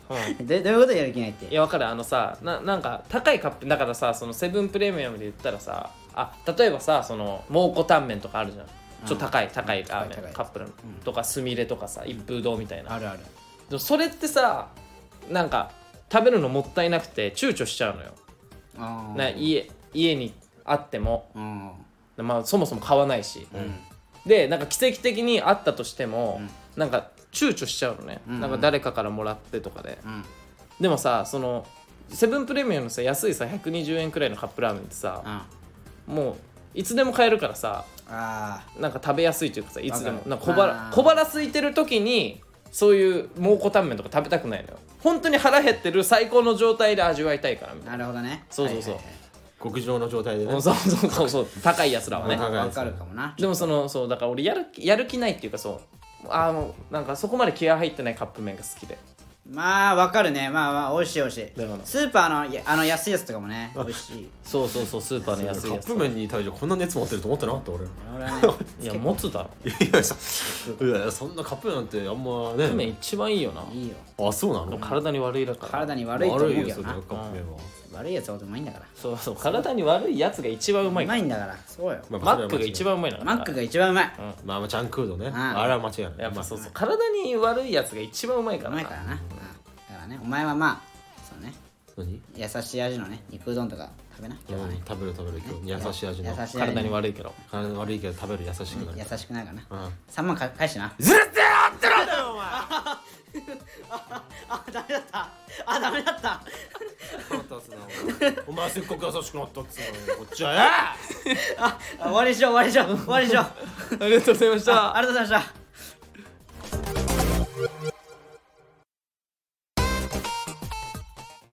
[SPEAKER 1] どどういうことやる気ないって
[SPEAKER 2] いやわかるあのさななんか高いカップだからさそのセブンプレミアムで言ったらさあ例えばさその蒙古タンメンとかあるじゃんちょっと高い、高いラーメン、
[SPEAKER 1] 高い高い
[SPEAKER 2] カップラーメンとかすみれとかさ一風堂みたいな、
[SPEAKER 1] あるある
[SPEAKER 2] でもそれってさなんか食べるのもったいなくて躊躇しちゃうのよ、
[SPEAKER 1] あー
[SPEAKER 2] な家家にあっても、
[SPEAKER 1] うん
[SPEAKER 2] まあ、そもそも買わないし、でなんか奇跡的にあったとしても、なんか躊躇しちゃうのね、なんか誰かからもらってとかで、
[SPEAKER 1] ん
[SPEAKER 2] でもさそのセブンプレミアムのさ安いさ120円くらいのカップラーメンって
[SPEAKER 1] う
[SPEAKER 2] さ、
[SPEAKER 1] ん
[SPEAKER 2] もういつでも買えるからさ
[SPEAKER 1] あ
[SPEAKER 2] なんか食べやすいというかさいつでも
[SPEAKER 1] わかる
[SPEAKER 2] なんか小腹
[SPEAKER 1] あー
[SPEAKER 2] 小腹空いてる時にそういう蒙古タンメンとか食べたくないのよ本当に腹減ってる最高の状態で味わいたいからみたい
[SPEAKER 1] ー
[SPEAKER 2] な
[SPEAKER 1] なるほどね
[SPEAKER 2] そうそうそう
[SPEAKER 1] はいはいはい
[SPEAKER 3] 極上の状態でね
[SPEAKER 2] そうそうそうそう高いやつらはね
[SPEAKER 3] 高い
[SPEAKER 1] わかるかもな
[SPEAKER 2] でもそのそうだから俺やるやる気ないっていうかそうあのなんかそこまで気合入ってないカップ麺が好きで
[SPEAKER 1] まあわかるねまあまあ美味しい美味しい
[SPEAKER 2] だから
[SPEAKER 1] スーパーのいあの安いやつとかもね美味しい
[SPEAKER 2] そうそうそうスーパーの安い
[SPEAKER 3] カ
[SPEAKER 2] や
[SPEAKER 3] ッ
[SPEAKER 2] つ
[SPEAKER 3] プ麺に対してこんな熱持ってると思ってなかった俺い
[SPEAKER 1] 俺はね
[SPEAKER 2] いや持つだろ
[SPEAKER 3] やそいやそんなカップ麺なんてあんま
[SPEAKER 2] カップ
[SPEAKER 3] ね
[SPEAKER 2] 麺一番いいよない
[SPEAKER 1] いよ
[SPEAKER 3] あそうな
[SPEAKER 2] でも
[SPEAKER 3] の
[SPEAKER 2] 体に悪いだから
[SPEAKER 1] 体に悪いと思う
[SPEAKER 3] 悪い
[SPEAKER 1] け
[SPEAKER 3] よそ
[SPEAKER 1] ど
[SPEAKER 3] れカ
[SPEAKER 1] な
[SPEAKER 3] ップ麺は
[SPEAKER 1] 悪いやつはどうでもいいんだから
[SPEAKER 2] そうそう体に悪いやつが一番うま
[SPEAKER 1] う
[SPEAKER 2] いか
[SPEAKER 1] ま
[SPEAKER 2] ら
[SPEAKER 1] いんだからそうよ
[SPEAKER 3] まあ
[SPEAKER 2] マックが一番うまいな
[SPEAKER 1] マックが一番うまい
[SPEAKER 3] まあまあジャンクフードね
[SPEAKER 1] ん
[SPEAKER 3] あれは間違いない
[SPEAKER 2] やっぱそうそう体に悪いやつが一番うまいか
[SPEAKER 1] う
[SPEAKER 2] ら
[SPEAKER 1] まいからなうんだからねお前はまあそうね
[SPEAKER 3] 何
[SPEAKER 1] 優しい味のね肉うどんとか食べな今日はね
[SPEAKER 3] 食べる食べる今日優しい味の
[SPEAKER 1] 優しい味
[SPEAKER 2] 体に
[SPEAKER 1] の
[SPEAKER 2] 悪いけど
[SPEAKER 3] 体悪いけど食べる優しくなる
[SPEAKER 1] 優しくなるからな
[SPEAKER 3] うん
[SPEAKER 1] 3万か返してな
[SPEAKER 3] ずるってやってろだよ
[SPEAKER 1] あダメだったあダメだった
[SPEAKER 3] お前お前せっかく優しくなったっつうのにこっちはや
[SPEAKER 1] あ終わりにしよう終わりにしよう終わりにしよう
[SPEAKER 2] ありがとうございました
[SPEAKER 1] ありがとうございました